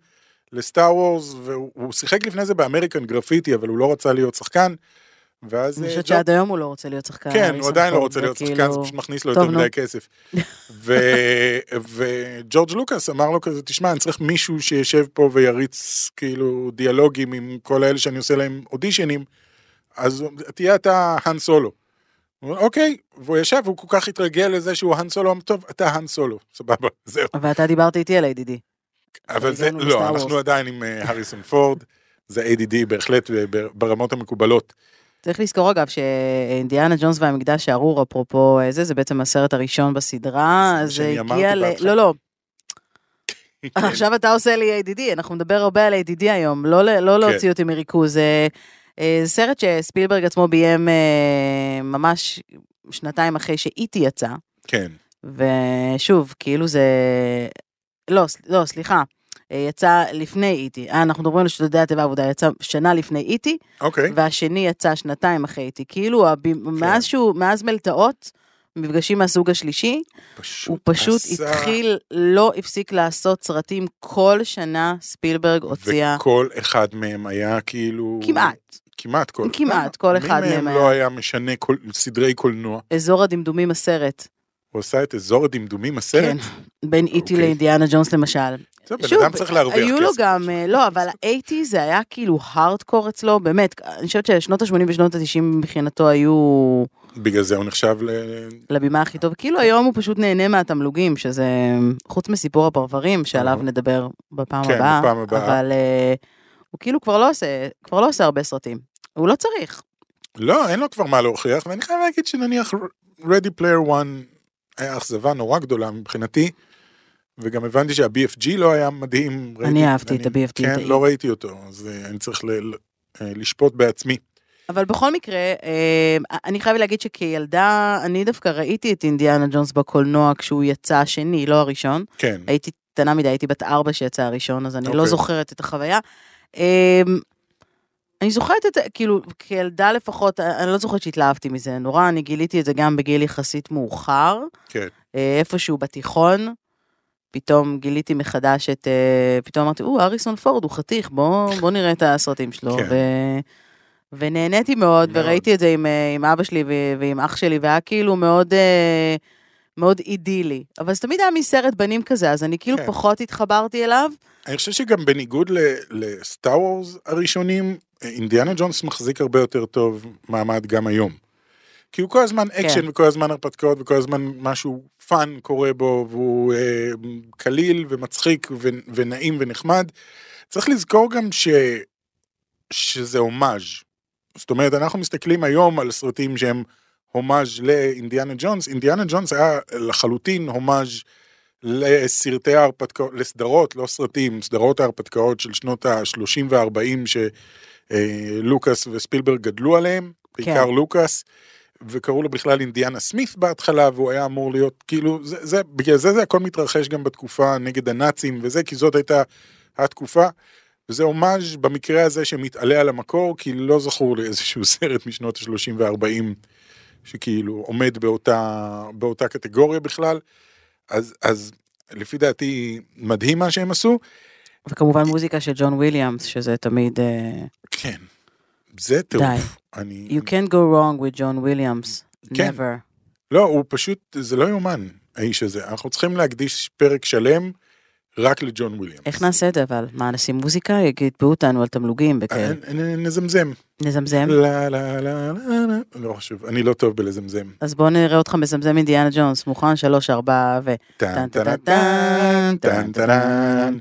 Speaker 3: לסטאר וורס, והוא הוא שיחק לפני זה באמריקן גרפיטי, אבל הוא לא רצה להיות שחקן, ואז...
Speaker 2: אני
Speaker 3: אה,
Speaker 2: חושבת
Speaker 3: ג'ו-
Speaker 2: שעד היום הוא לא רוצה להיות שחקן.
Speaker 3: כן, הוא
Speaker 2: הריסון
Speaker 3: עדיין לא
Speaker 2: פורד,
Speaker 3: רוצה
Speaker 2: זה
Speaker 3: להיות שחקן,
Speaker 2: כאילו-
Speaker 3: זה פשוט מכניס לו
Speaker 2: טוב,
Speaker 3: יותר
Speaker 2: נו.
Speaker 3: מדי כסף. ו- וג'ורג' לוקאס אמר לו כזה, תשמע, אני צריך מישהו שישב פה ויריץ כאילו דיאלוגים עם כל האלה שאני עושה להם אודישנים, אז תהיה אתה האן סולו. הוא אומר, אוקיי, והוא ישב, והוא כל כך התרגל לזה שהוא האן סולו, הוא אמר, טוב, אתה האן סולו, סבבה, זהו.
Speaker 2: ואתה דיברת איתי על ADD.
Speaker 3: אבל זה,
Speaker 2: הגענו לסטאר
Speaker 3: לא, אנחנו
Speaker 2: וורס.
Speaker 3: עדיין עם אה, הריסון פורד, זה ADD בהחלט ב- ברמות המקובלות.
Speaker 2: צריך לזכור אגב שאינדיאנה ג'ונס והמקדש הארור, אפרופו אה, זה, זה בעצם הסרט הראשון בסדרה,
Speaker 3: זה מה
Speaker 2: אז
Speaker 3: שאני
Speaker 2: זה
Speaker 3: אמרתי
Speaker 2: הגיע ל...
Speaker 3: בהתחלה. כן.
Speaker 2: לא, לא. עכשיו אתה עושה לי ADD, אנחנו נדבר הרבה על ADD היום, לא, ל-
Speaker 3: כן.
Speaker 2: לא להוציא אותי מריכוז. אה, אה, זה סרט שספילברג עצמו ביים אה, ממש שנתיים אחרי שאיטי יצא,
Speaker 3: כן,
Speaker 2: ושוב, כאילו זה... לא, ס- לא, סליחה. אה, יצא לפני איטי, אה, אנחנו מדברים על שודדי התיבה עבודה, יצא שנה לפני איטי,
Speaker 3: אוקיי.
Speaker 2: והשני יצא שנתיים אחרי איתי. כאילו, הב...
Speaker 3: כן.
Speaker 2: מאז, שהוא, מאז מלטעות, מפגשים מהסוג השלישי, הוא פשוט
Speaker 3: עשה-
Speaker 2: התחיל, לא הפסיק לעשות סרטים כל שנה, ספילברג הוציאה,
Speaker 3: וכל אחד מהם היה כאילו...
Speaker 2: כמעט,
Speaker 3: כמעט כל...
Speaker 2: כמעט, כל אחד
Speaker 3: מי
Speaker 2: מהם
Speaker 3: מהם
Speaker 2: היה.
Speaker 3: לא היה משנה כל... סדרי קולנוע.
Speaker 2: אזור הדמדומים הסרט,
Speaker 3: הוא עשה את אזור הדמדומים הסרט.
Speaker 2: כן, בין איטי
Speaker 3: אוקיי.
Speaker 2: לאינדיאנה ג'ונס למשל.
Speaker 3: זה בן אדם צריך להרוויח כסף.
Speaker 2: היו לו גם, אה, לא, אבל האייטי זה היה כאילו הארדקור אצלו, באמת, אני חושבת ששנות ה-80 ושנות ה-90 מבחינתו היו
Speaker 3: בגלל זה הוא נחשב ל...
Speaker 2: לבימה הכי טוב. כאילו היום הוא פשוט נהנה מהתמלוגים, שזה חוץ מסיפור הפרברים, שעליו
Speaker 3: אהה.
Speaker 2: נדבר בפעם
Speaker 3: כן,
Speaker 2: הבאה.
Speaker 3: בפעם הבאה.
Speaker 2: אבל אה, הוא כאילו כבר לא עושה, כבר לא עושה הרבה סרטים. הוא לא צריך.
Speaker 3: לא, אין לו כבר מה להוכיח, ואני חייב להגיד שנניח Ready Player One היה אכזבה נורא גדולה מבחינתי, וגם הבנתי שה-BFG לא היה מדהים.
Speaker 2: אני
Speaker 3: ראיתי-
Speaker 2: אהבתי את ה-BFG,
Speaker 3: כן,
Speaker 2: טעים.
Speaker 3: לא ראיתי אותו, אז אה, אני צריך ל- ל- אה, לשפוט בעצמי.
Speaker 2: אבל בכל מקרה, אה, אני חייבת להגיד שכילדה, אני דווקא ראיתי את אינדיאנה ג'ונס בקולנוע כשהוא יצא השני, לא הראשון.
Speaker 3: כן,
Speaker 2: הייתי קטנה מדי, הייתי בת ארבע שיצא הראשון, אז אני לא
Speaker 3: אוקיי.
Speaker 2: זוכרת את החוויה. אמ, אני זוכרת את זה, כאילו, כילדה לפחות, אני לא זוכרת שהתלהבתי מזה נורא, אני גיליתי את זה גם בגיל יחסית מאוחר,
Speaker 3: כן.
Speaker 2: אה, איפשהו בתיכון. פתאום גיליתי מחדש את, אה, פתאום אמרתי, או, אריסון פורד הוא חתיך, בוא, בוא נראה את הסרטים שלו.
Speaker 3: כן.
Speaker 2: ו... ונהניתי מאוד,
Speaker 3: מאוד.
Speaker 2: וראיתי את זה עם, אה, עם אבא שלי ו- ועם אח שלי, והיה כאילו מאוד, אה, מאוד אידילי. אבל זה תמיד היה מסרט בנים כזה, אז אני כאילו
Speaker 3: כן.
Speaker 2: פחות התחברתי אליו.
Speaker 3: אני חושב שגם בניגוד לסטאר וורס הראשונים, אה, אינדיאנה ג'ונס מחזיק הרבה יותר טוב מעמד גם היום. כי הוא כל הזמן אקשן
Speaker 2: כן.
Speaker 3: וכל הזמן הרפתקאות וכל הזמן משהו פאן קורה בו והוא אה, קליל ומצחיק ו, ונעים ונחמד. צריך לזכור גם ש, שזה הומאז'. זאת אומרת, אנחנו מסתכלים היום על סרטים שהם הומאז' לאינדיאנה ג'ונס. אינדיאנה ג'ונס היה לחלוטין הומאז' לסרטי ההרפתקאות, לסדרות, לא סרטים, סדרות ההרפתקאות של שנות ה-30 וה-40 שלוקאס אה, וספילברג גדלו עליהם, בעיקר לוקאס, וקראו לו בכלל אינדיאנה סמית בהתחלה, והוא היה אמור להיות, כאילו, זה, זה, בגלל זה זה הכל מתרחש גם בתקופה נגד הנאצים וזה, כי זאת הייתה התקופה. וזה הומאז' במקרה הזה שמתעלה על המקור, כי לא זכור לי איזשהו סרט משנות ה-30 וה-40 שכאילו עומד באותה, באותה קטגוריה בכלל. אז, אז לפי דעתי מדהים מה שהם עשו.
Speaker 2: וכמובן מוזיקה של ג'ון וויליאמס, שזה תמיד... אה,
Speaker 3: כן. זה טירוף. אני...
Speaker 2: You can't go wrong with John Williams.
Speaker 3: כן.
Speaker 2: Never.
Speaker 3: לא, הוא פשוט, זה לא יאומן, האיש הזה. אנחנו צריכים להקדיש פרק שלם רק לג'ון וויליאמס.
Speaker 2: איך נעשה את זה אבל? מה, נשים מוזיקה? יתבעו אותנו על תמלוגים
Speaker 3: אה,
Speaker 2: בכאלה.
Speaker 3: נ- נ- נזמזם.
Speaker 2: נזמזם?
Speaker 3: לה לה לה לה לה. לא חשוב, אני לא טוב בלזמזם.
Speaker 2: אז בוא נראה אותך מזמזם אינדיאנה ג'ונס, מוכן? שלוש, ארבע ו...
Speaker 3: טן
Speaker 2: טן, טן,
Speaker 3: טן טן
Speaker 2: טן,
Speaker 3: טן טן.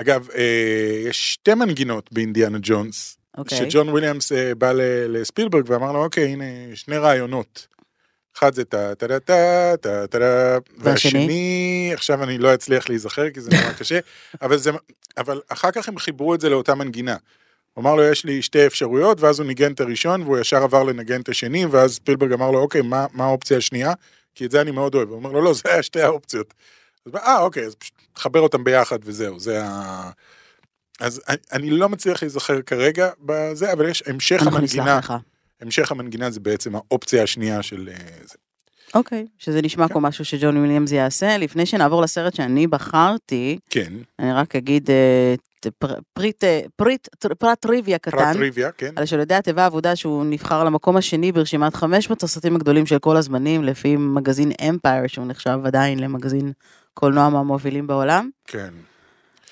Speaker 3: אגב, אה, יש שתי מנגינות באינדיאנה ג'ונס,
Speaker 2: אוקיי.
Speaker 3: שג'ון וויליאמס אה, בא ל- לספילברג ואמר לו, אוקיי, הנה שני רעיונות. אחד זה טה טה טה טה טה טה טה, והשני, עכשיו אני לא אצליח להיזכר כי זה נורא קשה, אבל זה, אבל אחר כך הם חיברו את זה לאותה מנגינה. הוא אמר לו, יש לי שתי אפשרויות, ואז הוא ניגן את הראשון, והוא ישר עבר לנגן את השני, ואז ספילברג אמר לו, אוקיי, מה, מה האופציה השנייה? כי את זה אני מאוד אוהב. הוא אומר לו, לא, זה היה שתי האופציות. אז הוא אומר, אה, אוקיי, אז פשוט תחבר אותם ביחד וזהו, זה ה... אז אני, אני לא מצליח להיזכר כרגע בזה, אבל יש המשך
Speaker 2: אנחנו נסלח
Speaker 3: המנגינה,
Speaker 2: לך.
Speaker 3: המשך המנגינה זה בעצם האופציה השנייה של אה, זה.
Speaker 2: אוקיי. שזה
Speaker 3: כן.
Speaker 2: נשמע כמו משהו שג'ון וויליאמס יעשה. לפני שנעבור לסרט שאני בחרתי,
Speaker 3: כן,
Speaker 2: אני רק אגיד אה, ת- פר- פריט, אה, פריט, טר- פרט טריוויה
Speaker 3: פרט
Speaker 2: קטן.
Speaker 3: טריוויה, כן.
Speaker 2: על שולדי התיבה האבודה שהוא נבחר למקום השני ברשימת 500 הסרטים הגדולים של כל הזמנים, לפי מגזין אמפייר, שהוא נחשב עדיין למגזין קולנוע מהמובילים בעולם.
Speaker 3: כן.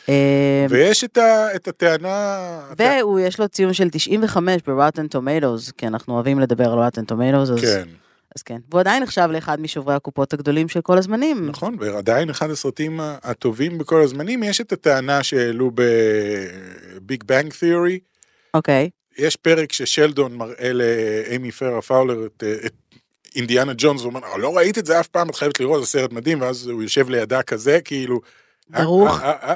Speaker 2: אה,
Speaker 3: ויש את, ה, את הטענה... הטע-
Speaker 2: והוא יש לו ציון של 95 ב-Rotten Tomatoes, כי אנחנו אוהבים לדבר על Rotten Tomatoes, אז,
Speaker 3: כן,
Speaker 2: אז כן. והוא עדיין נחשב לאחד משוברי הקופות הגדולים של כל הזמנים.
Speaker 3: נכון, ועדיין אחד הסרטים ה- הטובים בכל הזמנים, יש את הטענה שהעלו בביג בנג תיאורי,
Speaker 2: אוקיי,
Speaker 3: יש פרק ששלדון מראה לאמי פרה פאולר את, אה, את אינדיאנה ג'ונס, הוא אומר, "אה, לא ראית את זה אף פעם, את חייבת לראות, זה סרט מדהים, ואז הוא יושב לידה כזה, כאילו... "אה,
Speaker 2: דרוך.
Speaker 3: אה, אה, אה."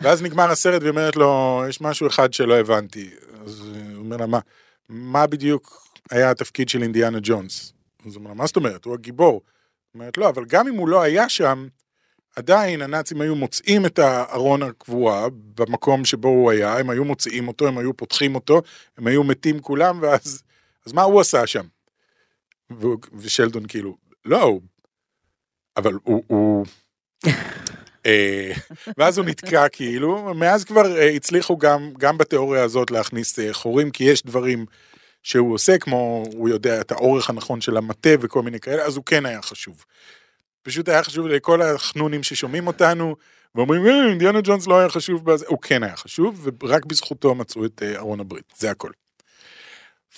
Speaker 3: ואז נגמר הסרט והיא אומרת לו, יש משהו אחד שלא הבנתי. אז הוא אומר לה, מה? מה בדיוק היה התפקיד של אינדיאנה ג'ונס? אז הוא אומר לה, מה זאת אומרת? הוא הגיבור. היא אומרת, לא, אבל גם אם הוא לא היה שם, עדיין הנאצים היו מוצאים את הארון הקבועה במקום שבו הוא היה, הם היו מוציאים אותו, הם היו פותחים אותו, הם היו מתים כולם, ואז... אז מה הוא עשה שם? והוא- ושלדון כאילו, לא, הוא... אבל הוא... הוא... אה, ואז הוא נתקע כאילו, מאז כבר אה, הצליחו גם, גם בתיאוריה הזאת להכניס אה, חורים, כי יש דברים שהוא עושה, כמו הוא יודע את האורך הנכון של המטה וכל מיני כאלה, אז הוא כן היה חשוב. פשוט היה חשוב לכל החנונים ששומעים אותנו, ואומרים, "אה, אינדיאנה ג'ונס לא היה חשוב בזה, הוא כן היה חשוב, ורק בזכותו מצאו את אה, ארון הברית, זה הכל.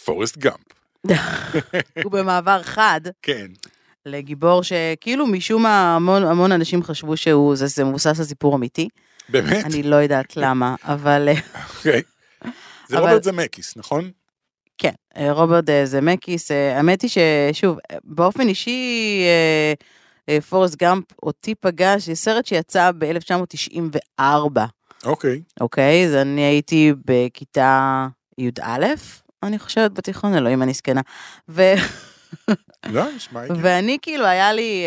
Speaker 3: פורסט גאמפ,
Speaker 2: הוא במעבר חד
Speaker 3: כן.
Speaker 2: לגיבור שכאילו משום מה המון המון אנשים חשבו שהוא, זה, זה מבוסס על סיפור אמיתי.
Speaker 3: באמת? כן.
Speaker 2: אני לא יודעת למה, אבל אה,
Speaker 3: אוקיי.
Speaker 2: אבל-
Speaker 3: זה רוברט זמקיס, נכון?
Speaker 2: כן, אה, רוברט אה, זמקיס, אה, האמת היא ששוב, אה, באופן אישי, אה, אה, פורסט גאמפ אותי פגש, זה סרט שיצא ב-1994,
Speaker 3: אוקיי.
Speaker 2: אוקיי? אז אני הייתי בכיתה י"א, אני חושבת, בתיכון, אלוהים, אני זקנה. ו...
Speaker 3: לא, נשמע הגיוני.
Speaker 2: ואני כאילו, היה לי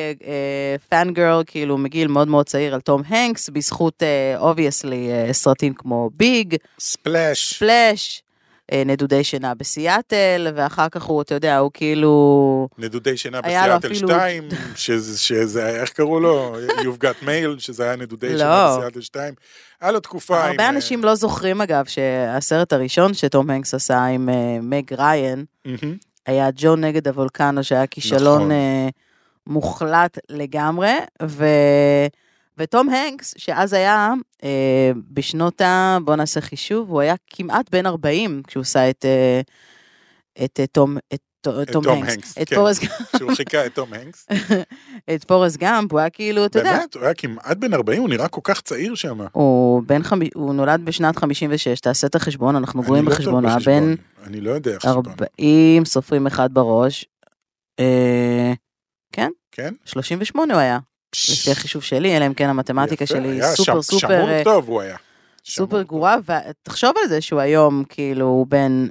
Speaker 2: פאן גרל, כאילו, מגיל מאוד מאוד צעיר על תום הנקס, בזכות, אובייסלי, סרטים כמו ביג,
Speaker 3: ספלאש.
Speaker 2: פלאש, אה, נדודי שינה בסיאטל, ואחר כך הוא, אתה יודע, הוא כאילו...
Speaker 3: נדודי שינה
Speaker 2: היה לו
Speaker 3: בסיאטל
Speaker 2: אפילו-
Speaker 3: 2, שזה- שזה, היה- איך קראו לו? You've got mail, שזה היה נדודי שינה
Speaker 2: לא.
Speaker 3: בסיאטל 2. היה לו תקופה עם... אה,
Speaker 2: הרבה אנשים לא זוכרים, אגב, שהסרט הראשון שתום הנקס עשה עם אה, מג ריין,
Speaker 3: מהמם.
Speaker 2: היה ג'ון נגד הוולקנו, שהיה
Speaker 3: נכון.
Speaker 2: כישלון אה, מוחלט לגמרי, ו... וטום הנקס, שאז היה אה, בשנות ה... בוא נעשה חישוב, הוא היה כמעט בן 40 כשהוא עשה את, אה, את, אה, תום, את, תום,
Speaker 3: את תום
Speaker 2: הנקס.
Speaker 3: הנקס,
Speaker 2: את
Speaker 3: כן.
Speaker 2: פורס
Speaker 3: כשהוא חיכה את תום הנקס.
Speaker 2: את פורס גאמפ, הוא היה כאילו, אתה יודע,
Speaker 3: באמת, הוא היה כמעט בן 40, הוא נראה כל כך צעיר שם.
Speaker 2: הוא, בן חמי, הוא נולד בשנת 56, תעשה את החשבון, אנחנו
Speaker 3: אני
Speaker 2: גרועים
Speaker 3: לא טוב
Speaker 2: בחשבון, הוא היה בן
Speaker 3: בחשבון, אני לא יודע איך חשבון.
Speaker 2: 40, סופרים אחד בראש, אה,
Speaker 3: כן?
Speaker 2: 38 הוא היה, לפי החישוב שלי, אלא אם כן המתמטיקה
Speaker 3: יפה,
Speaker 2: שלי
Speaker 3: היה
Speaker 2: סופר
Speaker 3: שם-
Speaker 2: סופר אה,
Speaker 3: שמור טוב הוא היה. שמור
Speaker 2: סופר
Speaker 3: טוב.
Speaker 2: גרועה, ותחשוב על זה שהוא היום, כאילו, הוא בן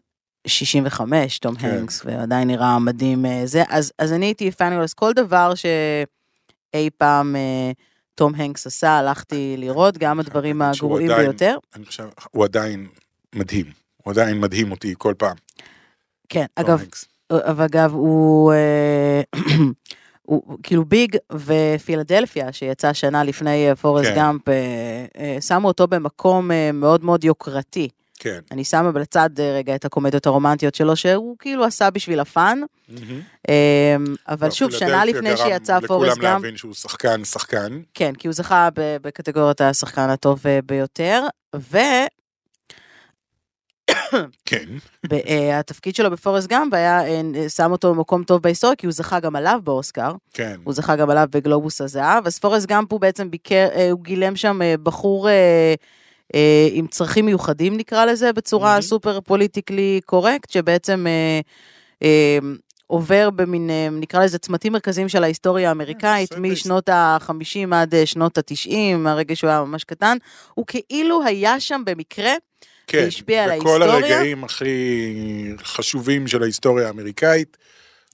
Speaker 2: 65, תום
Speaker 3: כן.
Speaker 2: הנקס, ועדיין נראה מדהים אה, זה, אז, אז אני הייתי פאנל, אז כל דבר שאי פעם אה, תום הנקס עשה, הלכתי לראות, גם הדברים
Speaker 3: האמת שהוא
Speaker 2: הגרועים
Speaker 3: כן, עדיין-
Speaker 2: ביותר.
Speaker 3: אני חושב, הוא עדיין מדהים. הוא עדיין מדהים אותי כל פעם.
Speaker 2: כן,
Speaker 3: תום
Speaker 2: אגב,
Speaker 3: הנקס.
Speaker 2: אבל אגב, הוא, אה, הוא כאילו ביג ופילדלפיה, שיצא שנה לפני אה, פורסט
Speaker 3: כן.
Speaker 2: גאמפ, אה, אה, שמו אותו במקום אה, מאוד מאוד יוקרתי.
Speaker 3: כן.
Speaker 2: אני שמה בצד אה, רגע את הקומדיות הרומנטיות שלו, שהוא כאילו עשה בשביל הפאן, אה, אבל
Speaker 3: לא,
Speaker 2: שוב, שנה
Speaker 3: פילדלפיה
Speaker 2: לפני
Speaker 3: גרם
Speaker 2: שיצא פורסט
Speaker 3: לכולם
Speaker 2: גאמפ,
Speaker 3: להבין שהוא שחקן, שחקן.
Speaker 2: כן, כי הוא זכה ב- בקטגוריית השחקן הטוב אה, ביותר, והתפקיד
Speaker 3: כן.
Speaker 2: אה, שלו בפורסט גאמפ היה, אה, שם אותו במקום טוב בהיסטוריה, כי הוא זכה גם עליו באוסקר.
Speaker 3: כן.
Speaker 2: הוא זכה גם עליו בגלובוס הזהב, אז פורסט גאמפ הוא בעצם ביקר, אה, הוא גילם שם אה, בחור אה, אה, עם צרכים מיוחדים נקרא לזה, בצורה
Speaker 3: מהמם.
Speaker 2: mm-hmm. סופר פוליטיקלי קורקט, שבעצם אה, אה, עובר במין, אה, נקרא לזה צמתים מרכזיים של ההיסטוריה האמריקאית,
Speaker 3: בסדר.
Speaker 2: משנות ה-50 עד אה, שנות ה-90, מהרגע שהוא היה ממש קטן, הוא כאילו היה שם במקרה,
Speaker 3: כן.
Speaker 2: והשפיע על
Speaker 3: בכל
Speaker 2: ההיסטוריה.
Speaker 3: הרגעים הכי חשובים של ההיסטוריה האמריקאית.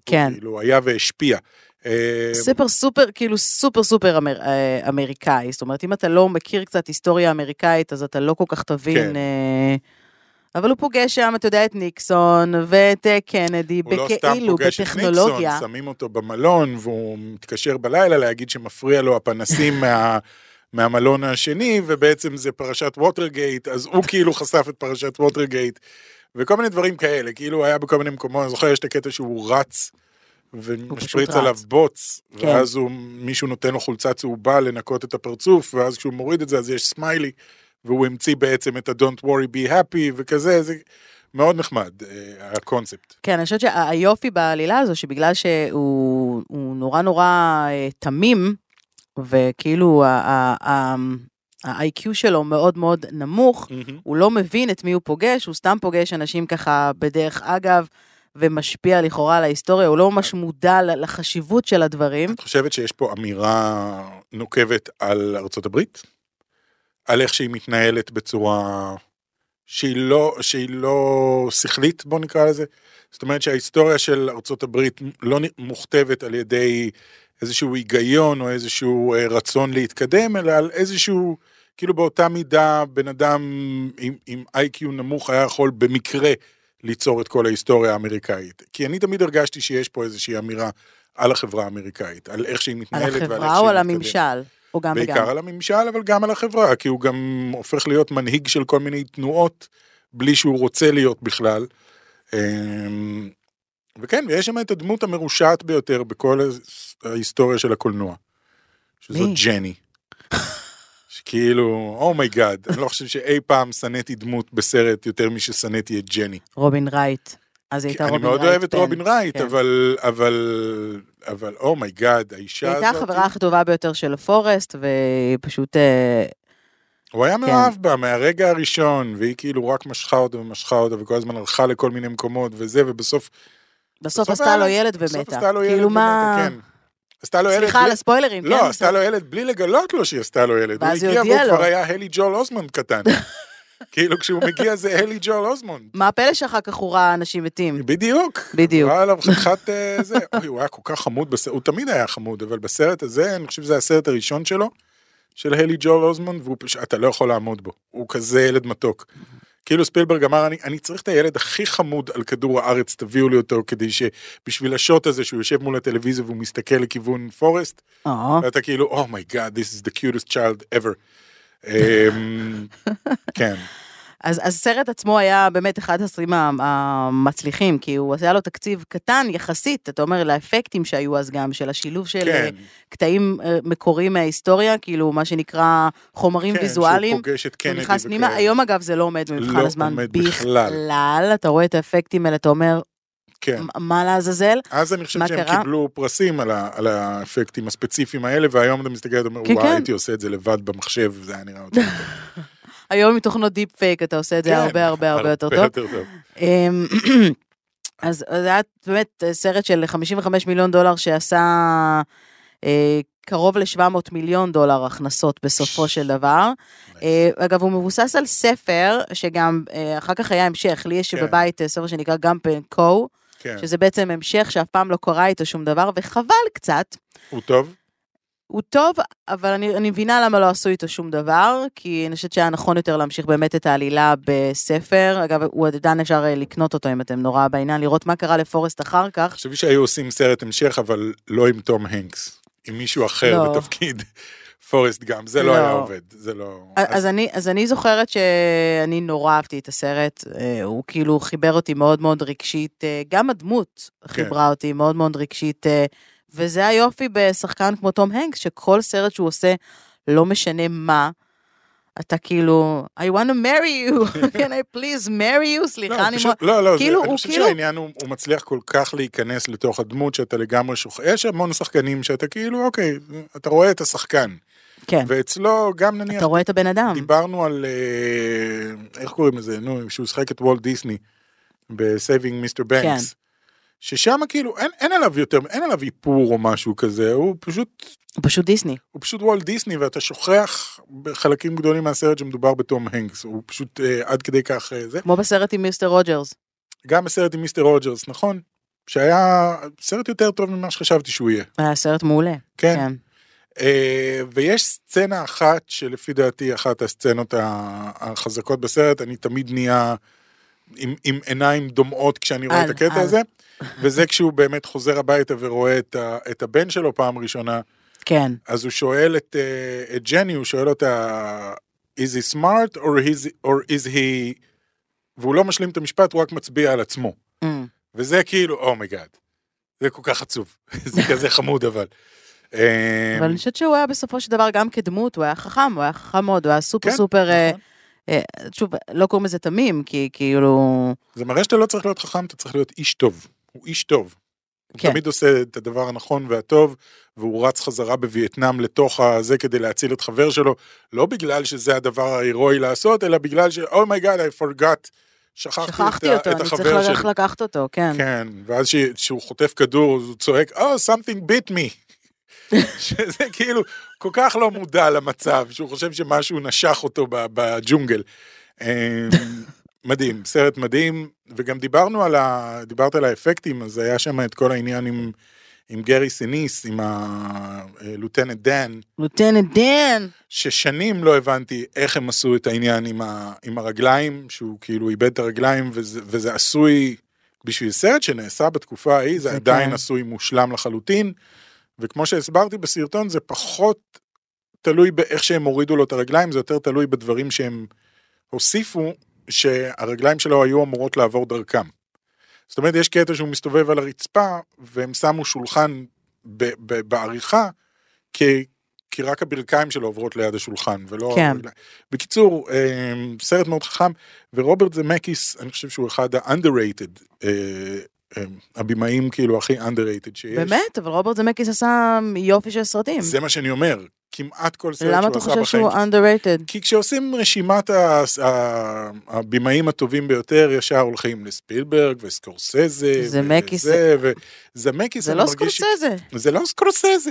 Speaker 2: כן.
Speaker 3: הוא כאילו היה והשפיע. אה,
Speaker 2: סופר סופר, כאילו סופר סופר אמר, אה, אמריקאי. זאת אומרת, אם אתה לא מכיר קצת היסטוריה אמריקאית, אז אתה לא כל כך תבין.
Speaker 3: כן.
Speaker 2: אה, אבל הוא פוגש שם, אתה יודע, את ניקסון ואת אה, קנדי,
Speaker 3: הוא לא סתם
Speaker 2: בכאילו,
Speaker 3: פוגש את ניקסון,
Speaker 2: בטכנולוגיה.
Speaker 3: שמים אותו במלון, והוא מתקשר בלילה להגיד שמפריע לו הפנסים מה, מהמלון השני, ובעצם זה פרשת ווטרגייט, אז הוא כאילו חשף את פרשת ווטרגייט, וכל מיני דברים כאלה, כאילו הוא היה בכל מיני מקומות, אני זוכר יש את הקטע שהוא רץ. ומשפריץ
Speaker 2: רץ.
Speaker 3: עליו בוץ,
Speaker 2: כן.
Speaker 3: ואז הוא, מישהו נותן לו חולצה צהובה לנקות את הפרצוף, ואז כשהוא מוריד את זה אז יש סמיילי, והוא המציא בעצם את ה-Don't worry be happy וכזה, זה מאוד נחמד, אה, הקונספט.
Speaker 2: כן, אני חושבת שהיופי בעלילה הזו, שבגלל שהוא הוא נורא נורא אה, תמים, וכאילו ה- ה- ה- ה-IQ שלו מאוד מאוד נמוך, הוא לא מבין את מי הוא פוגש, הוא סתם פוגש אנשים ככה בדרך אגב, ומשפיע לכאורה על ההיסטוריה, הוא לא
Speaker 3: כן.
Speaker 2: ממש מודע ל- לחשיבות של הדברים.
Speaker 3: את חושבת שיש פה אמירה נוקבת על ארצות הברית? על איך שהיא מתנהלת בצורה שהיא לא, שהיא לא שכלית, בוא נקרא לזה? זאת אומרת שההיסטוריה של ארצות הברית לא נ- מוכתבת על ידי איזשהו היגיון או איזשהו אה, רצון להתקדם, אלא על איזשהו, כאילו באותה מידה בן אדם עם, עם איי-קיו נמוך היה יכול במקרה ליצור את כל ההיסטוריה האמריקאית. כי אני תמיד הרגשתי שיש פה איזושהי אמירה על החברה האמריקאית, על איך שהיא
Speaker 2: על
Speaker 3: מתנהלת ועל איך שהיא מתקדמת.
Speaker 2: החברה או על הממשל, או גם
Speaker 3: בעיקר
Speaker 2: וגם.
Speaker 3: על הממשל, אבל גם על החברה, כי הוא גם הופך להיות מנהיג של כל מיני תנועות, בלי שהוא רוצה להיות בכלל. אמ, וכן, ויש שם את הדמות המרושעת ביותר בכל הס- ההיסטוריה של הקולנוע, שזאת
Speaker 2: מי?
Speaker 3: ג'ני. שכאילו, אומייגאד, אני לא חושב שאי פעם שנאתי דמות בסרט יותר מששנאתי את ג'ני.
Speaker 2: רובין רייט. אז היא הייתה
Speaker 3: אני
Speaker 2: רובין רייט.
Speaker 3: מאוד אוהב את
Speaker 2: בן-
Speaker 3: רובין רייט,
Speaker 2: כן.
Speaker 3: אבל, אבל, אבל אומייגאד, האישה
Speaker 2: היא
Speaker 3: הזאת...
Speaker 2: הייתה החברה הכי טובה ביותר של פורסט, והיא פשוט... אה,
Speaker 3: הוא
Speaker 2: כן.
Speaker 3: היה מאוהב בה מהרגע הראשון, והיא כאילו רק משכה אותה ומשכה אותה, וכל הזמן הלכה לכל מיני מקומות וזה, ובסוף...
Speaker 2: בסוף
Speaker 3: היה
Speaker 2: עשתה לו ילד
Speaker 3: בסוף
Speaker 2: ומתה.
Speaker 3: עשתה לו ילד
Speaker 2: כאילו
Speaker 3: ומתה,
Speaker 2: מה...
Speaker 3: כן. עשתה לו ילד...
Speaker 2: סליחה
Speaker 3: בלי-
Speaker 2: על הספוילרים,
Speaker 3: לא,
Speaker 2: כן?
Speaker 3: עשתה לו ילד בלי לגלות לו שהיא עשתה לו ילד.
Speaker 2: ואז היא
Speaker 3: הוא הגיע
Speaker 2: הודיעה
Speaker 3: והוא
Speaker 2: לו.
Speaker 3: כבר היה הלי ג'ול אוסמונד קטן. כאילו כשהוא מגיע זה הלי ג'ול אוסמונד.
Speaker 2: מה הפלא שאחר כך הוא ראה אנשים מתים?
Speaker 3: בדיוק.
Speaker 2: בדיוק.
Speaker 3: הוא היה עליו חתיכת אה, זה, אוי, הוא היה כל כך חמוד, בס... הוא תמיד היה חמוד, אבל בסרט הזה, אני חושב שזה הסרט הראשון שלו, של הלי ג'ול אוזמן, ואתה לא יכול לעמוד בו, הוא כזה ילד מתוק. כאילו ספילברג אמר, אני, אני צריך את הילד הכי חמוד על כדור הארץ, תביאו לי אותו, כדי ש... בשביל השוט הזה שהוא יושב מול הטלוויזיה והוא מסתכל לכיוון פורסט,
Speaker 2: או,
Speaker 3: ואתה כאילו, אומייגאד, oh my God, this is the cutest child ever. אמ, כן,
Speaker 2: אז אז הסרט עצמו היה באמת אחד הסרטים ה- המצליחים, כי הוא היה לו תקציב קטן יחסית, אתה אומר, לאפקטים שהיו אז גם, של השילוב של אה,
Speaker 3: כן.
Speaker 2: קטעים אה, מקוריים מההיסטוריה, כאילו מה שנקרא חומרים
Speaker 3: כן,
Speaker 2: ויזואליים.
Speaker 3: שהוא פוגש את
Speaker 2: הוא
Speaker 3: קנדי
Speaker 2: נכנס פנימה,
Speaker 3: וכאלה.
Speaker 2: היום אגב זה לא עומד במבחן
Speaker 3: לא
Speaker 2: הזמן
Speaker 3: עומד בכלל.
Speaker 2: אתה רואה את האפקטים האלה, אתה אומר,
Speaker 3: כן.
Speaker 2: "מה- מה לעזאזל?
Speaker 3: אז אני חושב
Speaker 2: מה
Speaker 3: שהם
Speaker 2: קרה?
Speaker 3: קיבלו פרסים על, ה, על האפקטים הספציפיים האלה, והיום אתה מסתכל ואומר,
Speaker 2: כן,
Speaker 3: וואי,
Speaker 2: כן.
Speaker 3: הייתי עושה את זה לבד במחשב, זה היה נראה יותר טוב.
Speaker 2: היום עם תוכנות דיפ פייק אתה עושה את
Speaker 3: כן,
Speaker 2: זה הרבה הרבה הרבה יותר טוב. אמ, אז זה היה באמת סרט של 55 מיליון דולר שעשה אה, קרוב ל-700 מיליון דולר הכנסות בסופו של דבר. אה, אגב, הוא מבוסס על ספר, שגם אה, אחר כך היה המשך, לי יש
Speaker 3: כן.
Speaker 2: בבית אה, ספר שנקרא גמפן קו,
Speaker 3: כן,
Speaker 2: שזה בעצם המשך שאף פעם לא קרה איתו שום דבר, וחבל קצת.
Speaker 3: הוא טוב?
Speaker 2: הוא טוב, אבל אני, אני מבינה למה לא עשו איתו שום דבר, כי אני חושבת שהיה נכון יותר להמשיך באמת את העלילה בספר. אגב, הוא עדיין אפשר אה, לקנות אותו אם אתם נורא בעניין, לראות מה קרה לפורסט אחר כך.
Speaker 3: חשבתי שהיו עושים סרט המשך, אבל לא עם תום הנקס, עם מישהו אחר
Speaker 2: לא.
Speaker 3: בתפקיד פורסט גם, זה לא
Speaker 2: לא.
Speaker 3: היה עובד, זה לא...
Speaker 2: אז, אז, אני, אז אני זוכרת שאני נורא אהבתי את הסרט, אה, הוא כאילו חיבר אותי מאוד מאוד רגשית, אה, גם הדמות חיברה אותי מאוד מאוד רגשית, אה, וזה היופי בשחקן כמו תום הנקס, שכל סרט שהוא עושה, לא משנה מה, אתה כאילו, I want to marry you, can I please marry you?
Speaker 3: לא,
Speaker 2: סליחה, אני...
Speaker 3: פשוט- לא, לא, זה-
Speaker 2: כאילו,
Speaker 3: אני
Speaker 2: הוא
Speaker 3: חושב
Speaker 2: כאילו-
Speaker 3: שהעניין הוא הוא מצליח כל כך להיכנס לתוך הדמות שאתה לגמרי שוכח, יש המון שחקנים שאתה כאילו, אוקיי, אתה רואה את השחקן,
Speaker 2: כן,
Speaker 3: ואצלו גם נניח
Speaker 2: אתה רואה את הבן אדם.
Speaker 3: דיברנו על, אה, איך קוראים לזה, נו, שהוא שחק את וולט דיסני ב-Saving Mr. Banks. ששם כאילו אין, אין עליו יותר, אין עליו איפור או משהו כזה, הוא פשוט,
Speaker 2: הוא פשוט דיסני.
Speaker 3: הוא פשוט וולט דיסני ואתה שוכח בחלקים גדולים מהסרט שמדובר בתום הנקס, הוא פשוט אה, עד כדי כך אה, זה.
Speaker 2: כמו בסרט עם מיסטר רוג'רס.
Speaker 3: גם הסרט עם מיסטר רוג'רס, נכון? שהיה סרט יותר טוב ממה שחשבתי שהוא יהיה,
Speaker 2: היה סרט מעולה.
Speaker 3: כן.
Speaker 2: כן.
Speaker 3: אה, ויש סצנה אחת שלפי דעתי אחת הסצנות ה- החזקות בסרט, אני תמיד נהיה עם, עם עיניים דומעות כשאני רואה
Speaker 2: על,
Speaker 3: את הקטע
Speaker 2: על.
Speaker 3: הזה, וזה כשהוא באמת חוזר הביתה ורואה את, ה, את הבן שלו פעם ראשונה,
Speaker 2: כן.
Speaker 3: אז הוא שואל את, אה, את ג'ני, הוא שואל אותה, is he smart or is, or is he... והוא לא משלים את המשפט, הוא רק מצביע על עצמו.
Speaker 2: אמ.
Speaker 3: וזה כאילו, אומייגאד. זה כל כך עצוב, זה כזה חמוד אבל. אה,
Speaker 2: אבל אני חושבת שהוא היה בסופו של דבר גם כדמות, הוא היה חכם, הוא היה חכם מאוד, הוא היה סופר
Speaker 3: כן,
Speaker 2: סופר, אה,
Speaker 3: נכון.
Speaker 2: אה, שוב, לא קוראים לזה תמים, כי כאילו,
Speaker 3: זה מראה שאתה לא צריך להיות חכם, אתה צריך להיות איש טוב. הוא איש טוב.
Speaker 2: כן.
Speaker 3: הוא תמיד עושה את הדבר הנכון והטוב, והוא רץ חזרה בווייטנאם לתוך הזה כדי להציל את חבר שלו, לא בגלל שזה הדבר ההירואי לעשות, אלא בגלל ש- Oh my God, I forgot. שכחתי,
Speaker 2: שכחתי
Speaker 3: את,
Speaker 2: אותו,
Speaker 3: ה-
Speaker 2: אני
Speaker 3: את
Speaker 2: צריך
Speaker 3: החבר
Speaker 2: ללכת
Speaker 3: שלי.
Speaker 2: לקחת אותו, כן.
Speaker 3: כן, ואז ש- כשהוא חוטף כדור, אז הוא צועק, Oh, something bit me. שזה כאילו כל כך לא מודע למצב, שהוא חושב שמשהו נשך אותו ב- בג'ונגל. אה, מדהים, סרט מדהים, וגם דיברנו על ה... דיברת על האפקטים, אז היה שם את כל העניין עם, עם גרי סיניס, עם הלוטנט דן,
Speaker 2: לוטנט דן,
Speaker 3: ששנים לא הבנתי איך הם עשו את העניין עם, ה, עם הרגליים, שהוא כאילו איבד את הרגליים, וזה, וזה עשוי, בשביל סרט שנעשה בתקופה ההיא, זה
Speaker 2: זה
Speaker 3: עדיין
Speaker 2: כן.
Speaker 3: עשוי מושלם לחלוטין, וכמו שהסברתי בסרטון, זה פחות תלוי באיך שהם הורידו לו את הרגליים, זה יותר תלוי בדברים שהם הוסיפו, שהרגליים שלו היו אמורות לעבור דרכם. זאת אומרת, יש קטע שהוא מסתובב על הרצפה, והם שמו שולחן ב- ב- בעריכה, כי, כי רק הברכיים שלו עוברות ליד השולחן, ולא...
Speaker 2: כן.
Speaker 3: הרגליים. בקיצור, אה, סרט מאוד חכם, ורוברט זמקיס, אני חושב שהוא אחד ה-underrated, אה, אה, הבמאים כאילו הכי underrated שיש.
Speaker 2: באמת, אבל רוברט זמקיס עשה יופי של סרטים.
Speaker 3: זה מה שאני אומר, כמעט כל סרט
Speaker 2: למה
Speaker 3: שהוא
Speaker 2: אתה
Speaker 3: עשה
Speaker 2: חושב
Speaker 3: בחיים
Speaker 2: שהוא
Speaker 3: שלו.
Speaker 2: underrated?
Speaker 3: כי כשעושים רשימת ה- ה- הבמאים הטובים ביותר, ישר הולכים לספילברג וסקורסזה.
Speaker 2: זמקיס.
Speaker 3: וזה, וזמקיס,
Speaker 2: זה
Speaker 3: אני
Speaker 2: לא
Speaker 3: מרגיש ש-
Speaker 2: סקורסזה.
Speaker 3: זה לא סקורסזה.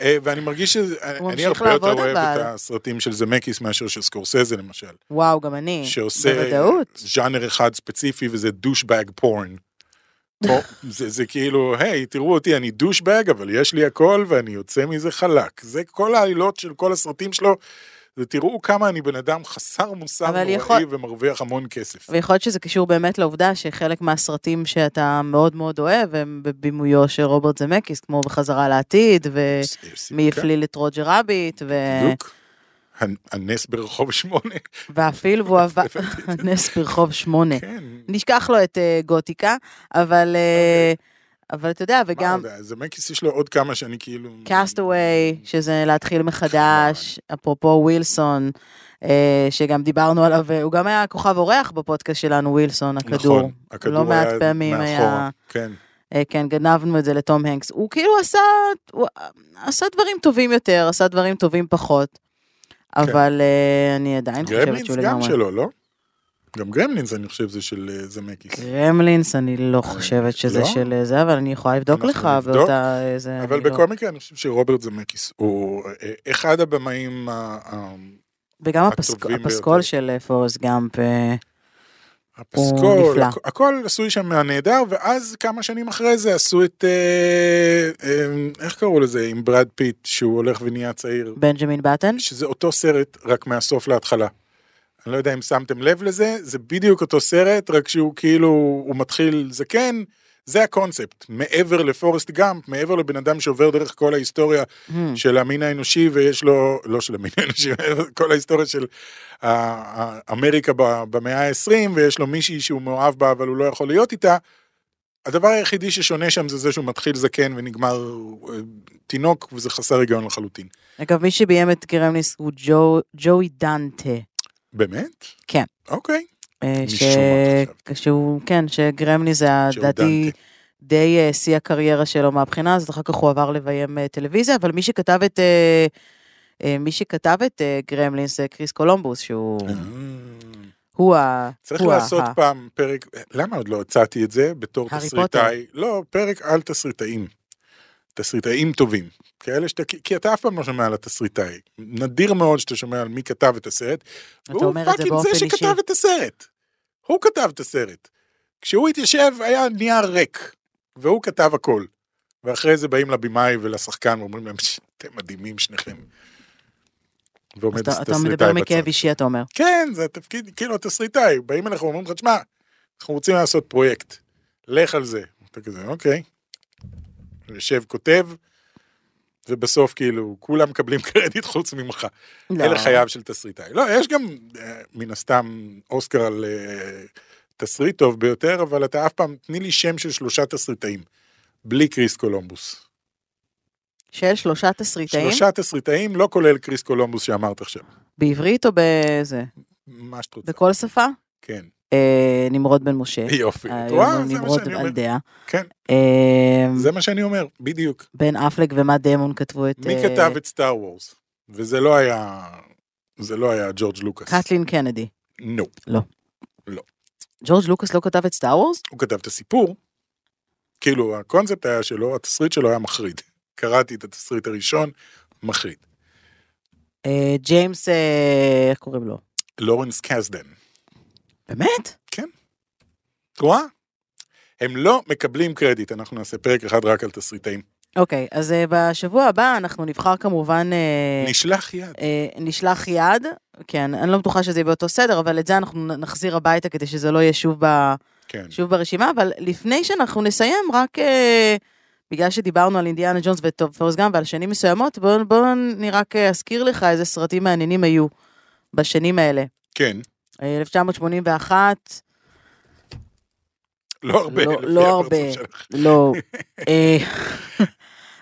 Speaker 3: אה, ואני מרגיש
Speaker 2: הוא
Speaker 3: שאני
Speaker 2: ממשיך
Speaker 3: הרבה יותר
Speaker 2: לעבוד,
Speaker 3: אוהב את
Speaker 2: אבל.
Speaker 3: הסרטים של זמקיס מאשר של סקורסזה למשל.
Speaker 2: וואו, גם אני.
Speaker 3: שעושה
Speaker 2: בוודאות.
Speaker 3: ז'אנר אחד ספציפי וזה דושבג פורן. זה, זה כאילו, היי, תראו אותי, אני דושבג, אבל יש לי הכל ואני יוצא מזה חלק. זה כל העלילות של כל הסרטים שלו, ותראו כמה אני בן אדם חסר מוסר
Speaker 2: אבל
Speaker 3: נוראי
Speaker 2: יכול-
Speaker 3: ומרוויח המון כסף.
Speaker 2: ויכול להיות שזה קשור באמת לעובדה שחלק מהסרטים שאתה מאוד מאוד אוהב הם בבימויו של רוברט זמקיס, כמו בחזרה לעתיד, ומי הפליל את רוג'ר רביט, ו...
Speaker 3: אוקיי. בדיוק. כן, הנ- הנס ברחוב שמונה.
Speaker 2: ואפילו הוא עבר... נס ברחוב שמונה.
Speaker 3: כן.
Speaker 2: נשכח לו את אה, גותיקה, אבל... אה, אבל אתה יודע, וגם...
Speaker 3: אוקיי. זה מקיס יש לו עוד כמה שאני כאילו...
Speaker 2: קאסטווי, שזה להתחיל מחדש,
Speaker 3: נכון.
Speaker 2: אפרופו ווילסון, אה, שגם דיברנו עליו, אה, הוא גם היה כוכב אורח בפודקאסט שלנו, ווילסון, הכדור.
Speaker 3: נכון, הכדור
Speaker 2: לא מעט
Speaker 3: היה
Speaker 2: פעמים
Speaker 3: מאחורה,
Speaker 2: היה-
Speaker 3: כן.
Speaker 2: אה, כן, גנבנו את זה לתום הנקס. הוא כאילו עשה, הוא עשה דברים טובים יותר, עשה דברים טובים פחות, אבל אה, אני עדיין חושבת
Speaker 3: כן. גרמלינס
Speaker 2: שהוא
Speaker 3: גם
Speaker 2: לגמרי.
Speaker 3: שלו, לא? גם גרמלינס אני חושב זה של אה, זמקיס.
Speaker 2: גרמלינס, אני לא חושבת שזה
Speaker 3: לא?
Speaker 2: של אה, זה, אבל אני יכולה לבדוק
Speaker 3: אנחנו
Speaker 2: לך
Speaker 3: נבדוק,
Speaker 2: באותה... אה, זה,
Speaker 3: אבל
Speaker 2: אני לא-
Speaker 3: בכל מקרה אני חושב שרוברט זמקיס הוא אה, אחד הבמאים אה, ה- ה-
Speaker 2: וגם
Speaker 3: הטובים
Speaker 2: הפסק-
Speaker 3: ביותר.
Speaker 2: הפסקול של אה, פורסט גאמפ. אה,
Speaker 3: הפסקול,
Speaker 2: נפלא.
Speaker 3: הכ- הכל עשוי שם מהנהדר, ואז כמה שנים אחרי זה עשו את, אה, אה, איך קראו לזה, עם ברד פיט, שהוא הולך ונהיה צעיר,
Speaker 2: בנג'מין באטן?
Speaker 3: שזה אותו סרט, רק מהסוף להתחלה. אני לא יודע אם שמתם לב לזה, זה בדיוק אותו סרט, רק שהוא כאילו, הוא מתחיל זקן, זה הקונספט, מעבר לפורסט גאמפ, מעבר לבן אדם שעובר דרך כל ההיסטוריה
Speaker 2: Hmm.
Speaker 3: של המין האנושי ויש לו, לא של המין האנושי, כל ההיסטוריה של ה- ה- אמריקה ב- במאה ה-20 ויש לו מישהי שהוא מאוהב בה אבל הוא לא יכול להיות איתה. הדבר היחידי ששונה שם זה זה שהוא מתחיל זקן ונגמר אה, תינוק וזה חסר היגיון לחלוטין.
Speaker 2: אגב, מי שביים את גרמליס הוא ג'ו, ג'וי דנטה.
Speaker 3: באמת?
Speaker 2: כן.
Speaker 3: אוקיי.
Speaker 2: אה,
Speaker 3: משום מה חשבתי.
Speaker 2: שהוא, כן, שגרמלי זה
Speaker 3: ג'ו
Speaker 2: לדעתי
Speaker 3: דנטה.
Speaker 2: די אה, שיא הקריירה שלו מהבחינה הזאת, אחר כך הוא עבר לביים אה, טלוויזיה, אבל מי שכתב את... אה, אה, מי שכתב את אה, גרמלינס זה קריס קולומבוס, שהוא...
Speaker 3: אה.
Speaker 2: הוא ה...
Speaker 3: צריך
Speaker 2: הוא ה-
Speaker 3: לעשות
Speaker 2: ה-
Speaker 3: פעם פרק, למה עוד לא הצעתי את זה בתור
Speaker 2: אה. הארי
Speaker 3: תסריטאי? לא, פרק על תסריטאים. תסריטאים טובים. כאלה שאתה, כי- כי אתה אף פעם לא שומע על התסריטאי. נדיר מאוד שאתה שומע על מי כתב את הסרט. והוא
Speaker 2: אומר את זה
Speaker 3: פאקינג
Speaker 2: באופן
Speaker 3: זה
Speaker 2: אישי.
Speaker 3: שכתב את הסרט. הוא כתב את הסרט. כשהוא התיישב היה נייר ריק, והוא כתב הכל. ואחרי זה באים לבמאי ולשחקן ואומרים להם, "ש- אתם מדהימים שניכם. ועומד
Speaker 2: אתה- אתה
Speaker 3: התסריטאי
Speaker 2: מדבר מכאב
Speaker 3: בצד.
Speaker 2: אישי, אתה אומר.
Speaker 3: כן, זה התפקיד, כאילו התסריטאי, באים אליך ואומרים לך, שמע, אנחנו רוצים לעשות פרויקט, לך על זה. אתה כזה, אוקיי. יושב, כותב, ובסוף כאילו, כולם מקבלים קרדיט חוץ ממך.
Speaker 2: לא.
Speaker 3: אלה חייו של תסריטאי. לא, יש גם, אה, מן הסתם, אוסקר על אה, תסריט טוב ביותר, אבל אתה אף פעם, תני לי שם של שלושה תסריטאים, בלי קריס קולומבוס.
Speaker 2: של שלושה תסריטאים?
Speaker 3: שלושה תסריטאים, לא כולל קריס קולומבוס שאמרת עכשיו.
Speaker 2: בעברית או בזה?
Speaker 3: מה שאת רוצה.
Speaker 2: בכל שפה?
Speaker 3: כן.
Speaker 2: אה, נמרוד בן משה.
Speaker 3: יופי. את
Speaker 2: היום
Speaker 3: רואה? זה מה
Speaker 2: אה, נמרוד
Speaker 3: שאני
Speaker 2: על
Speaker 3: אומר.
Speaker 2: דעה.
Speaker 3: כן.
Speaker 2: אה,
Speaker 3: זה מה שאני אומר, בדיוק.
Speaker 2: בן אפלק ומאט דמון כתבו את...
Speaker 3: מי
Speaker 2: אה,
Speaker 3: כתב את סטאר וורס? וזה לא היה, זה לא היה ג'ורג' לוקאס.
Speaker 2: קטלין קנדי.
Speaker 3: נו.
Speaker 2: ג'ורג' לוקאס לא כתב את סטאר וורס?
Speaker 3: הוא כתב את הסיפור. כאילו, הקונספט היה שלו, התסריט שלו היה מחריד. קראתי את התסריט הראשון, מחריד.
Speaker 2: אה, ג'יימס, אה, איך קוראים לו?
Speaker 3: לורנס קסדן.
Speaker 2: באמת?
Speaker 3: את רואה? הם לא מקבלים קרדיט, אנחנו נעשה פרק אחד רק על תסריטאים.
Speaker 2: אוקיי, אז אה, בשבוע הבא אנחנו נבחר כמובן... אה,
Speaker 3: נשלח יד.
Speaker 2: אה, נשלח יד, כן, אני לא בטוחה שזה יהיה באותו סדר, אבל את זה אנחנו נ- נחזיר הביתה כדי שזה לא יהיה שוב, ב,
Speaker 3: כן.
Speaker 2: שוב ברשימה, אבל לפני שאנחנו נסיים, רק אה, בגלל שדיברנו על אינדיאנה ג'ונס וטוב פורס גם ועל שנים מסוימות, בואו בוא אני רק אה, אזכיר לך איזה סרטים מעניינים היו בשנים האלה.
Speaker 3: כן.
Speaker 2: אה, 1981,
Speaker 3: לא הרבה.
Speaker 2: לא-
Speaker 3: לפי
Speaker 2: לא
Speaker 3: הפרצוף
Speaker 2: הרבה.
Speaker 3: שלך.
Speaker 2: לא, אה,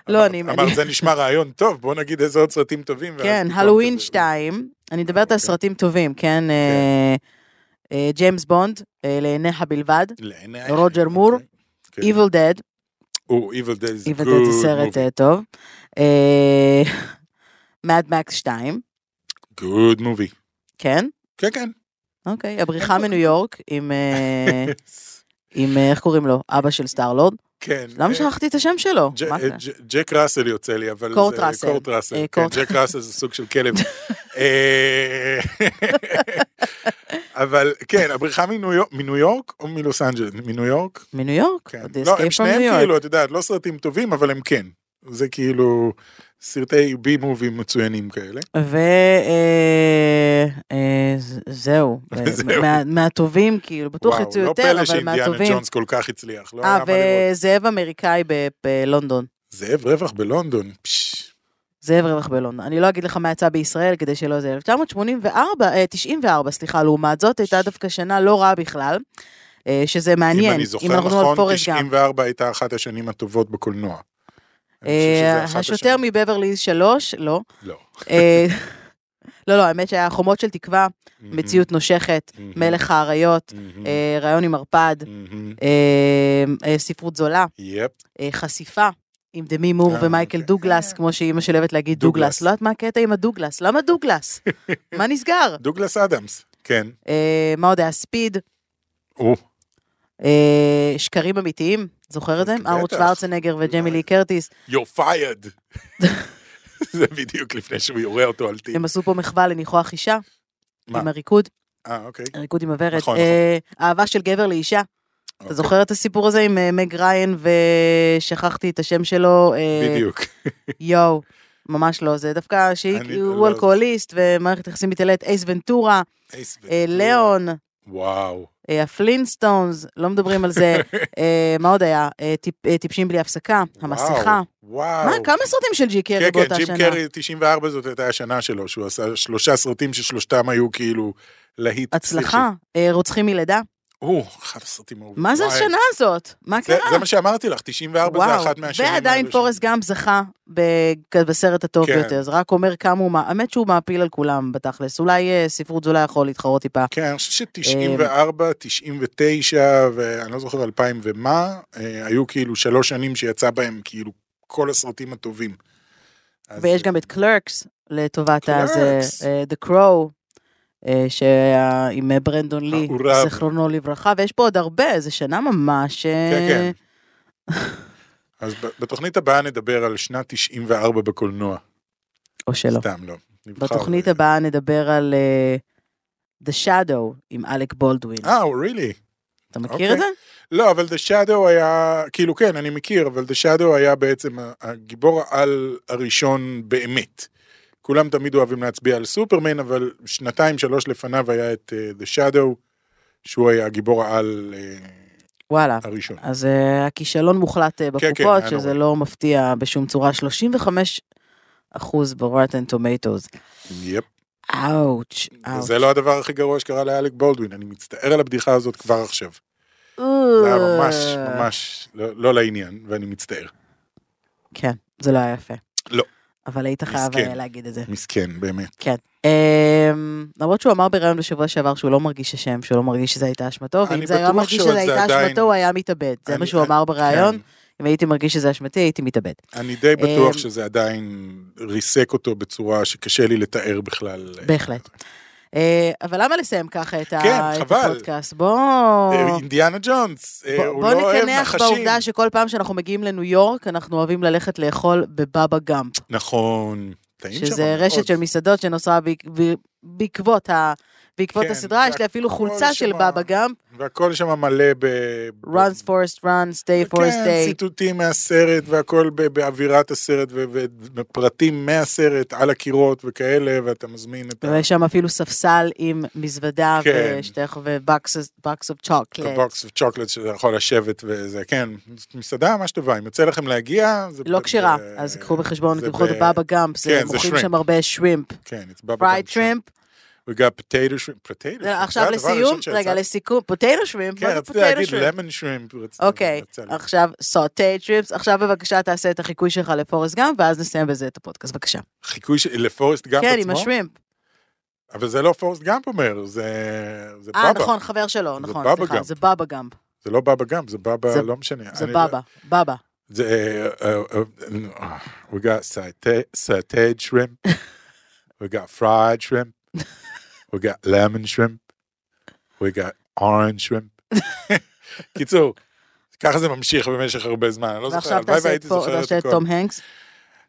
Speaker 2: לא, אני...
Speaker 3: אמרת,
Speaker 2: אני-
Speaker 3: זה נשמע רעיון טוב, בוא נגיד איזה עוד סרטים טובים. ואז
Speaker 2: כן,
Speaker 3: פתאום
Speaker 2: הלואוין
Speaker 3: כזה-
Speaker 2: 2, אני מדברת על
Speaker 3: אוקיי.
Speaker 2: סרטים טובים, כן? אה,
Speaker 3: כן.
Speaker 2: אה, ג'יימס בונד, אה, לעיניה בלבד,
Speaker 3: לעיני-
Speaker 2: רוג'ר מור,
Speaker 3: אוקיי. כן.
Speaker 2: Evil Dead,
Speaker 3: הוא Evil Dead is
Speaker 2: Evil
Speaker 3: good
Speaker 2: Dead זה סרט
Speaker 3: movie.
Speaker 2: אה, טוב. אה, מדמקס 2,
Speaker 3: גוד מובי.
Speaker 2: כן?
Speaker 3: כן, כן.
Speaker 2: אוקיי, הבריחה מניו יורק עם, אה, עם, אה, איך קוראים לו? אבא של סטארלורד.
Speaker 3: כן.
Speaker 2: למה
Speaker 3: אה,
Speaker 2: שכחתי את השם שלו?
Speaker 3: ג'- אה,
Speaker 2: מה זה?
Speaker 3: ג'- ג'ק ראסל יוצא לי, אבל...
Speaker 2: קורט
Speaker 3: זה-
Speaker 2: ראסל.
Speaker 3: קורט ראסל.
Speaker 2: אה,
Speaker 3: כן,
Speaker 2: קורט-
Speaker 3: ג'ק ראסל זה סוג של כלב. אה, אבל כן, הבריחה מניו יורק- מניו יורק או מלוס אנג'לס? מניו יורק?
Speaker 2: מניו יורק?
Speaker 3: כן.
Speaker 2: The
Speaker 3: לא, הם
Speaker 2: Escape from New
Speaker 3: שניהם
Speaker 2: York.
Speaker 3: כאילו, את יודעת, לא סרטים טובים, אבל הם כן. זה כאילו סרטי בי מובים מצוינים כאלה.
Speaker 2: ו... אה, אה, ז- זהו.
Speaker 3: וזהו.
Speaker 2: מה- מהטובים, כאילו, בטוח
Speaker 3: וואו,
Speaker 2: יצאו
Speaker 3: לא
Speaker 2: יותר,
Speaker 3: פלא
Speaker 2: אבל
Speaker 3: שאינדיאנה
Speaker 2: מהטובים.
Speaker 3: ג'ונס כל כך הצליח, לא
Speaker 2: אה,
Speaker 3: היה מה לראות.
Speaker 2: וזאב אמריקאי ב- בלונדון.
Speaker 3: זאב רווח בלונדון, פשש.
Speaker 2: זאב רווח בלונדון. אני לא אגיד לך מה יצא בישראל כדי שלא זה. 1984, אה, 94, סליחה, לעומת זאת, הייתה דווקא שנה לא רעה בכלל, אה, שזה מעניין.
Speaker 3: אם אני זוכר
Speaker 2: אנחנו על
Speaker 3: נכון,
Speaker 2: פורסט גאמפ.
Speaker 3: 94 הייתה אחת השנים הטובות בקולנוע. אני חושב שזה
Speaker 2: אה,
Speaker 3: אחת
Speaker 2: השוטר
Speaker 3: השנים-
Speaker 2: מבברלי 3, לא.
Speaker 3: לא.
Speaker 2: אה, לא, לא, האמת שהיה חומות של תקווה, מציאות נושכת,
Speaker 3: מהמם.
Speaker 2: מלך האריות,
Speaker 3: מהמם.
Speaker 2: אה, רעיון עם ערפד,
Speaker 3: מהמם.
Speaker 2: אה, אה, ספרות זולה,
Speaker 3: יפ.
Speaker 2: אה, חשיפה. עם דמי מור
Speaker 3: אה,
Speaker 2: ומייקל
Speaker 3: אוקיי.
Speaker 2: דוגלס, כמו שאימא שלי אוהבת להגיד דוגלס.
Speaker 3: דוגלס.
Speaker 2: לא יודעת מה הקטע עם הדוגלס, למה דוגלס? מה נסגר?
Speaker 3: דוגלס אדמס, כן.
Speaker 2: אה, מה עוד היה? ספיד,
Speaker 3: הוא.
Speaker 2: אה, שקרים אמיתיים, זוכר את זה?
Speaker 3: בטח.
Speaker 2: ארוט שוורצנגר וג'מי לי קרטיס,
Speaker 3: You're fired. זה בדיוק לפני שהוא יורה אותו על טיל.
Speaker 2: הם עשו פה מחווה לניחוח אישה,
Speaker 3: מה?
Speaker 2: עם הריקוד,
Speaker 3: אה, אוקיי.
Speaker 2: הריקוד עם הוורד.
Speaker 3: נכון,
Speaker 2: אה, אהבה של גבר לאישה, אתה
Speaker 3: אוקיי.
Speaker 2: זוכר את הסיפור הזה עם אה, מג ריין ושכחתי את השם שלו? אה,
Speaker 3: בדיוק.
Speaker 2: יואו, ממש לא, זה דווקא שהיא,
Speaker 3: אני-
Speaker 2: כי הוא
Speaker 3: לא,
Speaker 2: אלכוהוליסט ומערכת יחסים מתעלת, אייס ונטורה,
Speaker 3: אייס
Speaker 2: אה,
Speaker 3: ונטורה.
Speaker 2: ליאון,
Speaker 3: וואו.
Speaker 2: אה, הפלינסטונס, לא מדברים על זה, אה, מה עוד היה? אה, טיפ- אה, טיפשים בלי הפסקה, המסכה.
Speaker 3: וואו. וואו.
Speaker 2: מה, כמה סרטים של ג'י קרי
Speaker 3: כן,
Speaker 2: באותה
Speaker 3: כן,
Speaker 2: שנה?
Speaker 3: ג'ים קרי, 94 זאת הייתה השנה שלו, שהוא עשה שלושה סרטים ששלושתם היו כאילו להיט.
Speaker 2: הצלחה, אה, רוצחים מלידה.
Speaker 3: הוא, אחד הסרטים האהובים.
Speaker 2: מה זה
Speaker 3: וואי.
Speaker 2: השנה הזאת? מה
Speaker 3: זה-
Speaker 2: קרה?
Speaker 3: זה מה שאמרתי לך, 94 זה אחת מהשנים האלו.
Speaker 2: ועדיין
Speaker 3: ש-
Speaker 2: פורסט גאמפ זכה ב- בסרט הטוב
Speaker 3: כן.
Speaker 2: ביותר, זה רק אומר כמה הוא, מה- האמת שהוא מעפיל על כולם בתכלס, אולי אה, ספרות זולה יכול להתחרות טיפה.
Speaker 3: כן, אני
Speaker 2: אמ.
Speaker 3: חושב ש-94, 99, ואני לא זוכר 2000 ומה, אה, היו כאילו שלוש שנים שיצא בהם כאילו כל הסרטים הטובים. אז- אה,
Speaker 2: ויש גם את קלרקס, לטובת ה... זה,
Speaker 3: Clerks.
Speaker 2: אה, The Crow, אה, שהיה עם אה, ברנדון לי,
Speaker 3: מעורב.
Speaker 2: זיכרונו לברכה, ויש פה עוד הרבה, זו שנה ממש... אה,
Speaker 3: כן, כן. אז ב- בתוכנית הבאה נדבר על שנת 94 בקולנוע.
Speaker 2: או שלא.
Speaker 3: סתם לא. נבחר.
Speaker 2: בתוכנית הבאה נדבר על אה, The Shadow עם אלק בולדווין.
Speaker 3: אה, really?
Speaker 2: אתה מכיר
Speaker 3: אוקיי.
Speaker 2: את זה?
Speaker 3: לא, אבל The Shadow היה, כאילו כן, אני מכיר, אבל The Shadow היה בעצם הגיבור העל הראשון באמת. כולם תמיד אוהבים להצביע על סופרמן, אבל שנתיים, שלוש לפניו היה את אה, The Shadow, שהוא היה הגיבור העל אה,
Speaker 2: וואלה.
Speaker 3: הראשון.
Speaker 2: אז אה, הכישלון מוחלט אה,
Speaker 3: כן,
Speaker 2: בקופות,
Speaker 3: היה
Speaker 2: שזה
Speaker 3: נורא.
Speaker 2: לא מפתיע בשום צורה, 35 אחוז ב-Rotten Tomatoes.
Speaker 3: יפ.
Speaker 2: אאוץ', אאוץ'.
Speaker 3: זה לא הדבר הכי גרוע שקרה לאלק בולדווין, אני מצטער על הבדיחה הזאת כבר עכשיו.
Speaker 2: אה.
Speaker 3: זה היה ממש, ממש לא לא לעניין, ואני מצטער.
Speaker 2: כן, זה לא היה יפה.
Speaker 3: לא.
Speaker 2: אבל היית חייב
Speaker 3: מסכן.
Speaker 2: אה, להגיד את זה.
Speaker 3: מסכן, באמת.
Speaker 2: כן. אמ, למרות שהוא אמר בראיון בשבוע שעבר שהוא לא מרגיש אשם, שהוא לא מרגיש שזה הייתה אשמתו, ואם
Speaker 3: אני
Speaker 2: זה היה
Speaker 3: בטוח
Speaker 2: מרגיש
Speaker 3: שעוד
Speaker 2: שזה
Speaker 3: זה
Speaker 2: הייתה
Speaker 3: עדיין-
Speaker 2: אשמתו, הוא היה מתאבד. זה מה
Speaker 3: אני-
Speaker 2: שהוא אמר בריאיון,
Speaker 3: כן.
Speaker 2: אם הייתי מרגיש שזה אשמתי, הייתי מתאבד.
Speaker 3: אני די בטוח
Speaker 2: אמ,
Speaker 3: שזה עדיין ריסק אותו בצורה שקשה לי לתאר בכלל.
Speaker 2: בהחלט. אה, אבל למה לסיים ככה את ה-
Speaker 3: כן,
Speaker 2: את
Speaker 3: חבל.
Speaker 2: הפודקאסט? בואו...
Speaker 3: אה, אינדיאנה ג'ונס, אה, הוא
Speaker 2: בואו
Speaker 3: לא אוהב
Speaker 2: נקנח
Speaker 3: נחשים.
Speaker 2: בעובדה שכל פעם שאנחנו מגיעים לניו יורק, אנחנו אוהבים ללכת לאכול בבאבא גאמפ,
Speaker 3: נכון. טעים שם
Speaker 2: שזה
Speaker 3: מאוד.
Speaker 2: רשת של מסעדות שנוסעה בעק- ב- בעקבות ה- בעקבות
Speaker 3: כן,
Speaker 2: הסדרה, יש לי אפילו
Speaker 3: והכל
Speaker 2: חולצה של
Speaker 3: שמה-
Speaker 2: בבא גאמפ,
Speaker 3: והכל שם מלא ב...
Speaker 2: runs forest run, stay forest
Speaker 3: כן,
Speaker 2: stay.
Speaker 3: ציטוטים מהסרט והכל ב- באווירת הסרט ו- ופרטים מהסרט על הקירות וכאלה, ואתה מזמין את
Speaker 2: ויש שם אפילו ספסל עם מזוודה
Speaker 3: כן.
Speaker 2: ושטח ובקס אוף צ'וקלט.
Speaker 3: הבוקס וצ'וקלט שאתה יכול לשבת וזה, כן, מסעדה ממש טובה, אם יוצא לכם להגיע, זה... אה,
Speaker 2: לא
Speaker 3: ב-
Speaker 2: כשרה,
Speaker 3: ב-
Speaker 2: אז קחו בחשבון,
Speaker 3: זה
Speaker 2: תלכו
Speaker 3: ב-
Speaker 2: לבאבא גאמפ, זה
Speaker 3: כן, זה
Speaker 2: מוכרים
Speaker 3: shrimp.
Speaker 2: שם הרבה שרימפ,
Speaker 3: כן, it's bubble
Speaker 2: פרייד
Speaker 3: gum
Speaker 2: שרימפ.
Speaker 3: shrimp. We got potato shrimp. potato shrimp, זה
Speaker 2: אה, עכשיו
Speaker 3: הדבר
Speaker 2: לסיום,
Speaker 3: הראשון שיצא
Speaker 2: רגע,
Speaker 3: לי.
Speaker 2: לסיכום, פוטטו שרימפ,
Speaker 3: כן,
Speaker 2: מה זה
Speaker 3: רציתי
Speaker 2: פוטטו
Speaker 3: להגיד
Speaker 2: שרימפ?
Speaker 3: למון שרימפ. רציתי-
Speaker 2: אוקיי,
Speaker 3: יצא לי.
Speaker 2: עכשיו סוטי טריפס, עכשיו בבקשה תעשה את החיקוי שלך לפורסט גאמפ, ואז נסיים בזה את הפודקאסט, בבקשה.
Speaker 3: חיקוי של- לפורסט גאמפ
Speaker 2: כן,
Speaker 3: עצמו?
Speaker 2: עם השרימפ.
Speaker 3: אבל זה לא פורסט גאמפ אומר, זה זה
Speaker 2: אה,
Speaker 3: בבא.
Speaker 2: נכון, חבר שלו,
Speaker 3: זה
Speaker 2: נכון,
Speaker 3: בבא
Speaker 2: סליחה,
Speaker 3: גאמפ.
Speaker 2: זה בבא גאמפ,
Speaker 3: זה לא בבא גאמפ, זה
Speaker 2: זה-
Speaker 3: בבא, לא משנה.
Speaker 2: זה
Speaker 3: אני לא-
Speaker 2: בבא, בבא.
Speaker 3: אה, זה... אה, אה, אה, We got saute- sauteed shrimp. We got fried shrimp. We got lemon shrimp. We got orange shrimp. קיצור, ככה זה ממשיך במשך הרבה זמן, אני לא זוכר,
Speaker 2: ועכשיו
Speaker 3: הלוואי
Speaker 2: תעשה את
Speaker 3: והייתי
Speaker 2: פה-
Speaker 3: זוכר את
Speaker 2: תעשה את
Speaker 3: הכל.
Speaker 2: תום הנקס.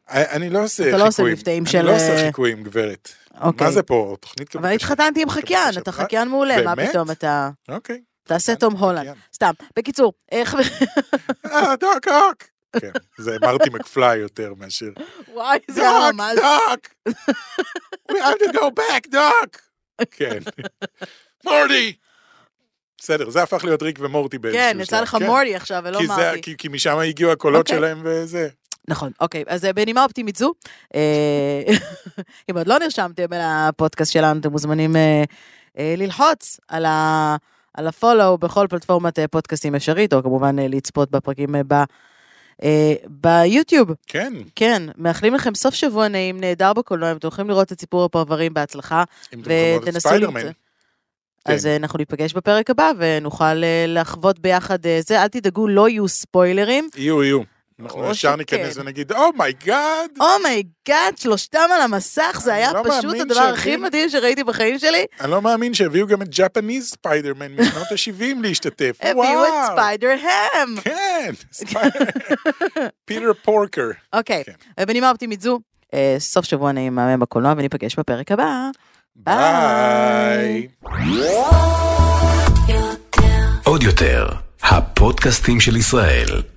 Speaker 3: אני- אני לא עושה חיקויים.
Speaker 2: אתה לא עושה מבטאים של,
Speaker 3: אני לא עושה
Speaker 2: אה,
Speaker 3: חיקויים, גברת.
Speaker 2: אוקיי.
Speaker 3: מה זה פה? תוכנית
Speaker 2: אבל
Speaker 3: כבקשתך.
Speaker 2: התחתנתי עם חקיין, אתה
Speaker 3: כבקשתך?
Speaker 2: חקיין מעולה, מה
Speaker 3: באמת?
Speaker 2: פתאום אתה...
Speaker 3: אוקיי.
Speaker 2: תעשה
Speaker 3: חקיין,
Speaker 2: תום הולנד.
Speaker 3: חקיין.
Speaker 2: סתם. בקיצור, אה, חבר-
Speaker 3: אה, דוק, דוק. כן, זה מרטי מקפליי יותר מהשיר.
Speaker 2: וואי, זה לא
Speaker 3: דוק,
Speaker 2: הרמה.
Speaker 3: דוק. We have to go back, דוק. כן. מורטי. בסדר, זה הפך להיות ריק ומורטי באיזשהו
Speaker 2: כן,
Speaker 3: שלב.
Speaker 2: יצא לך מורטי עכשיו, ולא
Speaker 3: כי זה-
Speaker 2: מרטי.
Speaker 3: כי- כי משם הגיעו הקולות
Speaker 2: אוקיי.
Speaker 3: שלהם וזה.
Speaker 2: נכון, אוקיי, אז אה, בנימה אופטימית זו, אה, אם עוד לא נרשמתם אל הפודקאסט שלנו, אתם מוזמנים אה, אה, ללחוץ על ה... על הפולו בכל פלטפורמת אה, פודקאסטים אפשרית, או כמובן אה, לצפות בפרקים אה, ב, אה, ביוטיוב.
Speaker 3: כן,
Speaker 2: כן, מאחלים לכם סוף שבוע נעים, נהדר בקולנוע, אם אתם הולכים לראות את סיפור הפרברים בהצלחה,
Speaker 3: אם אתם חברות את
Speaker 2: ותנסו
Speaker 3: ספיידרמן.
Speaker 2: למצוא.
Speaker 3: כן.
Speaker 2: אז אה, אנחנו ניפגש בפרק הבא ונוכל אה, לחוות ביחד אה, זה. אל תדאגו, לא יהיו ספוילרים.
Speaker 3: יהיו, יהיו. אנחנו
Speaker 2: או
Speaker 3: ישר
Speaker 2: שכן.
Speaker 3: ניכנס ונגיד, "Oh אומייגאד.
Speaker 2: אומייגאד, Oh שלושתם על המסך, זה
Speaker 3: אני
Speaker 2: היה
Speaker 3: לא
Speaker 2: פשוט
Speaker 3: מאמין
Speaker 2: הדבר הכי
Speaker 3: שהבינו.
Speaker 2: מדהים שראיתי בחיים שלי.
Speaker 3: אני לא מאמין שהביאו גם את ג'פניז ספיידרמן משנות ה-70 להשתתף.
Speaker 2: הביאו את ספיידר האם.
Speaker 3: כן, ספי- פיטר פורקר.
Speaker 2: אוקיי,
Speaker 3: כן.
Speaker 2: בנימה אופטימית זו, אה, סוף שבוע נעים מהמם בקולנוע וניפגש בפרק הבא.
Speaker 3: ביי.
Speaker 1: עוד יותר, הפודקאסטים של ישראל.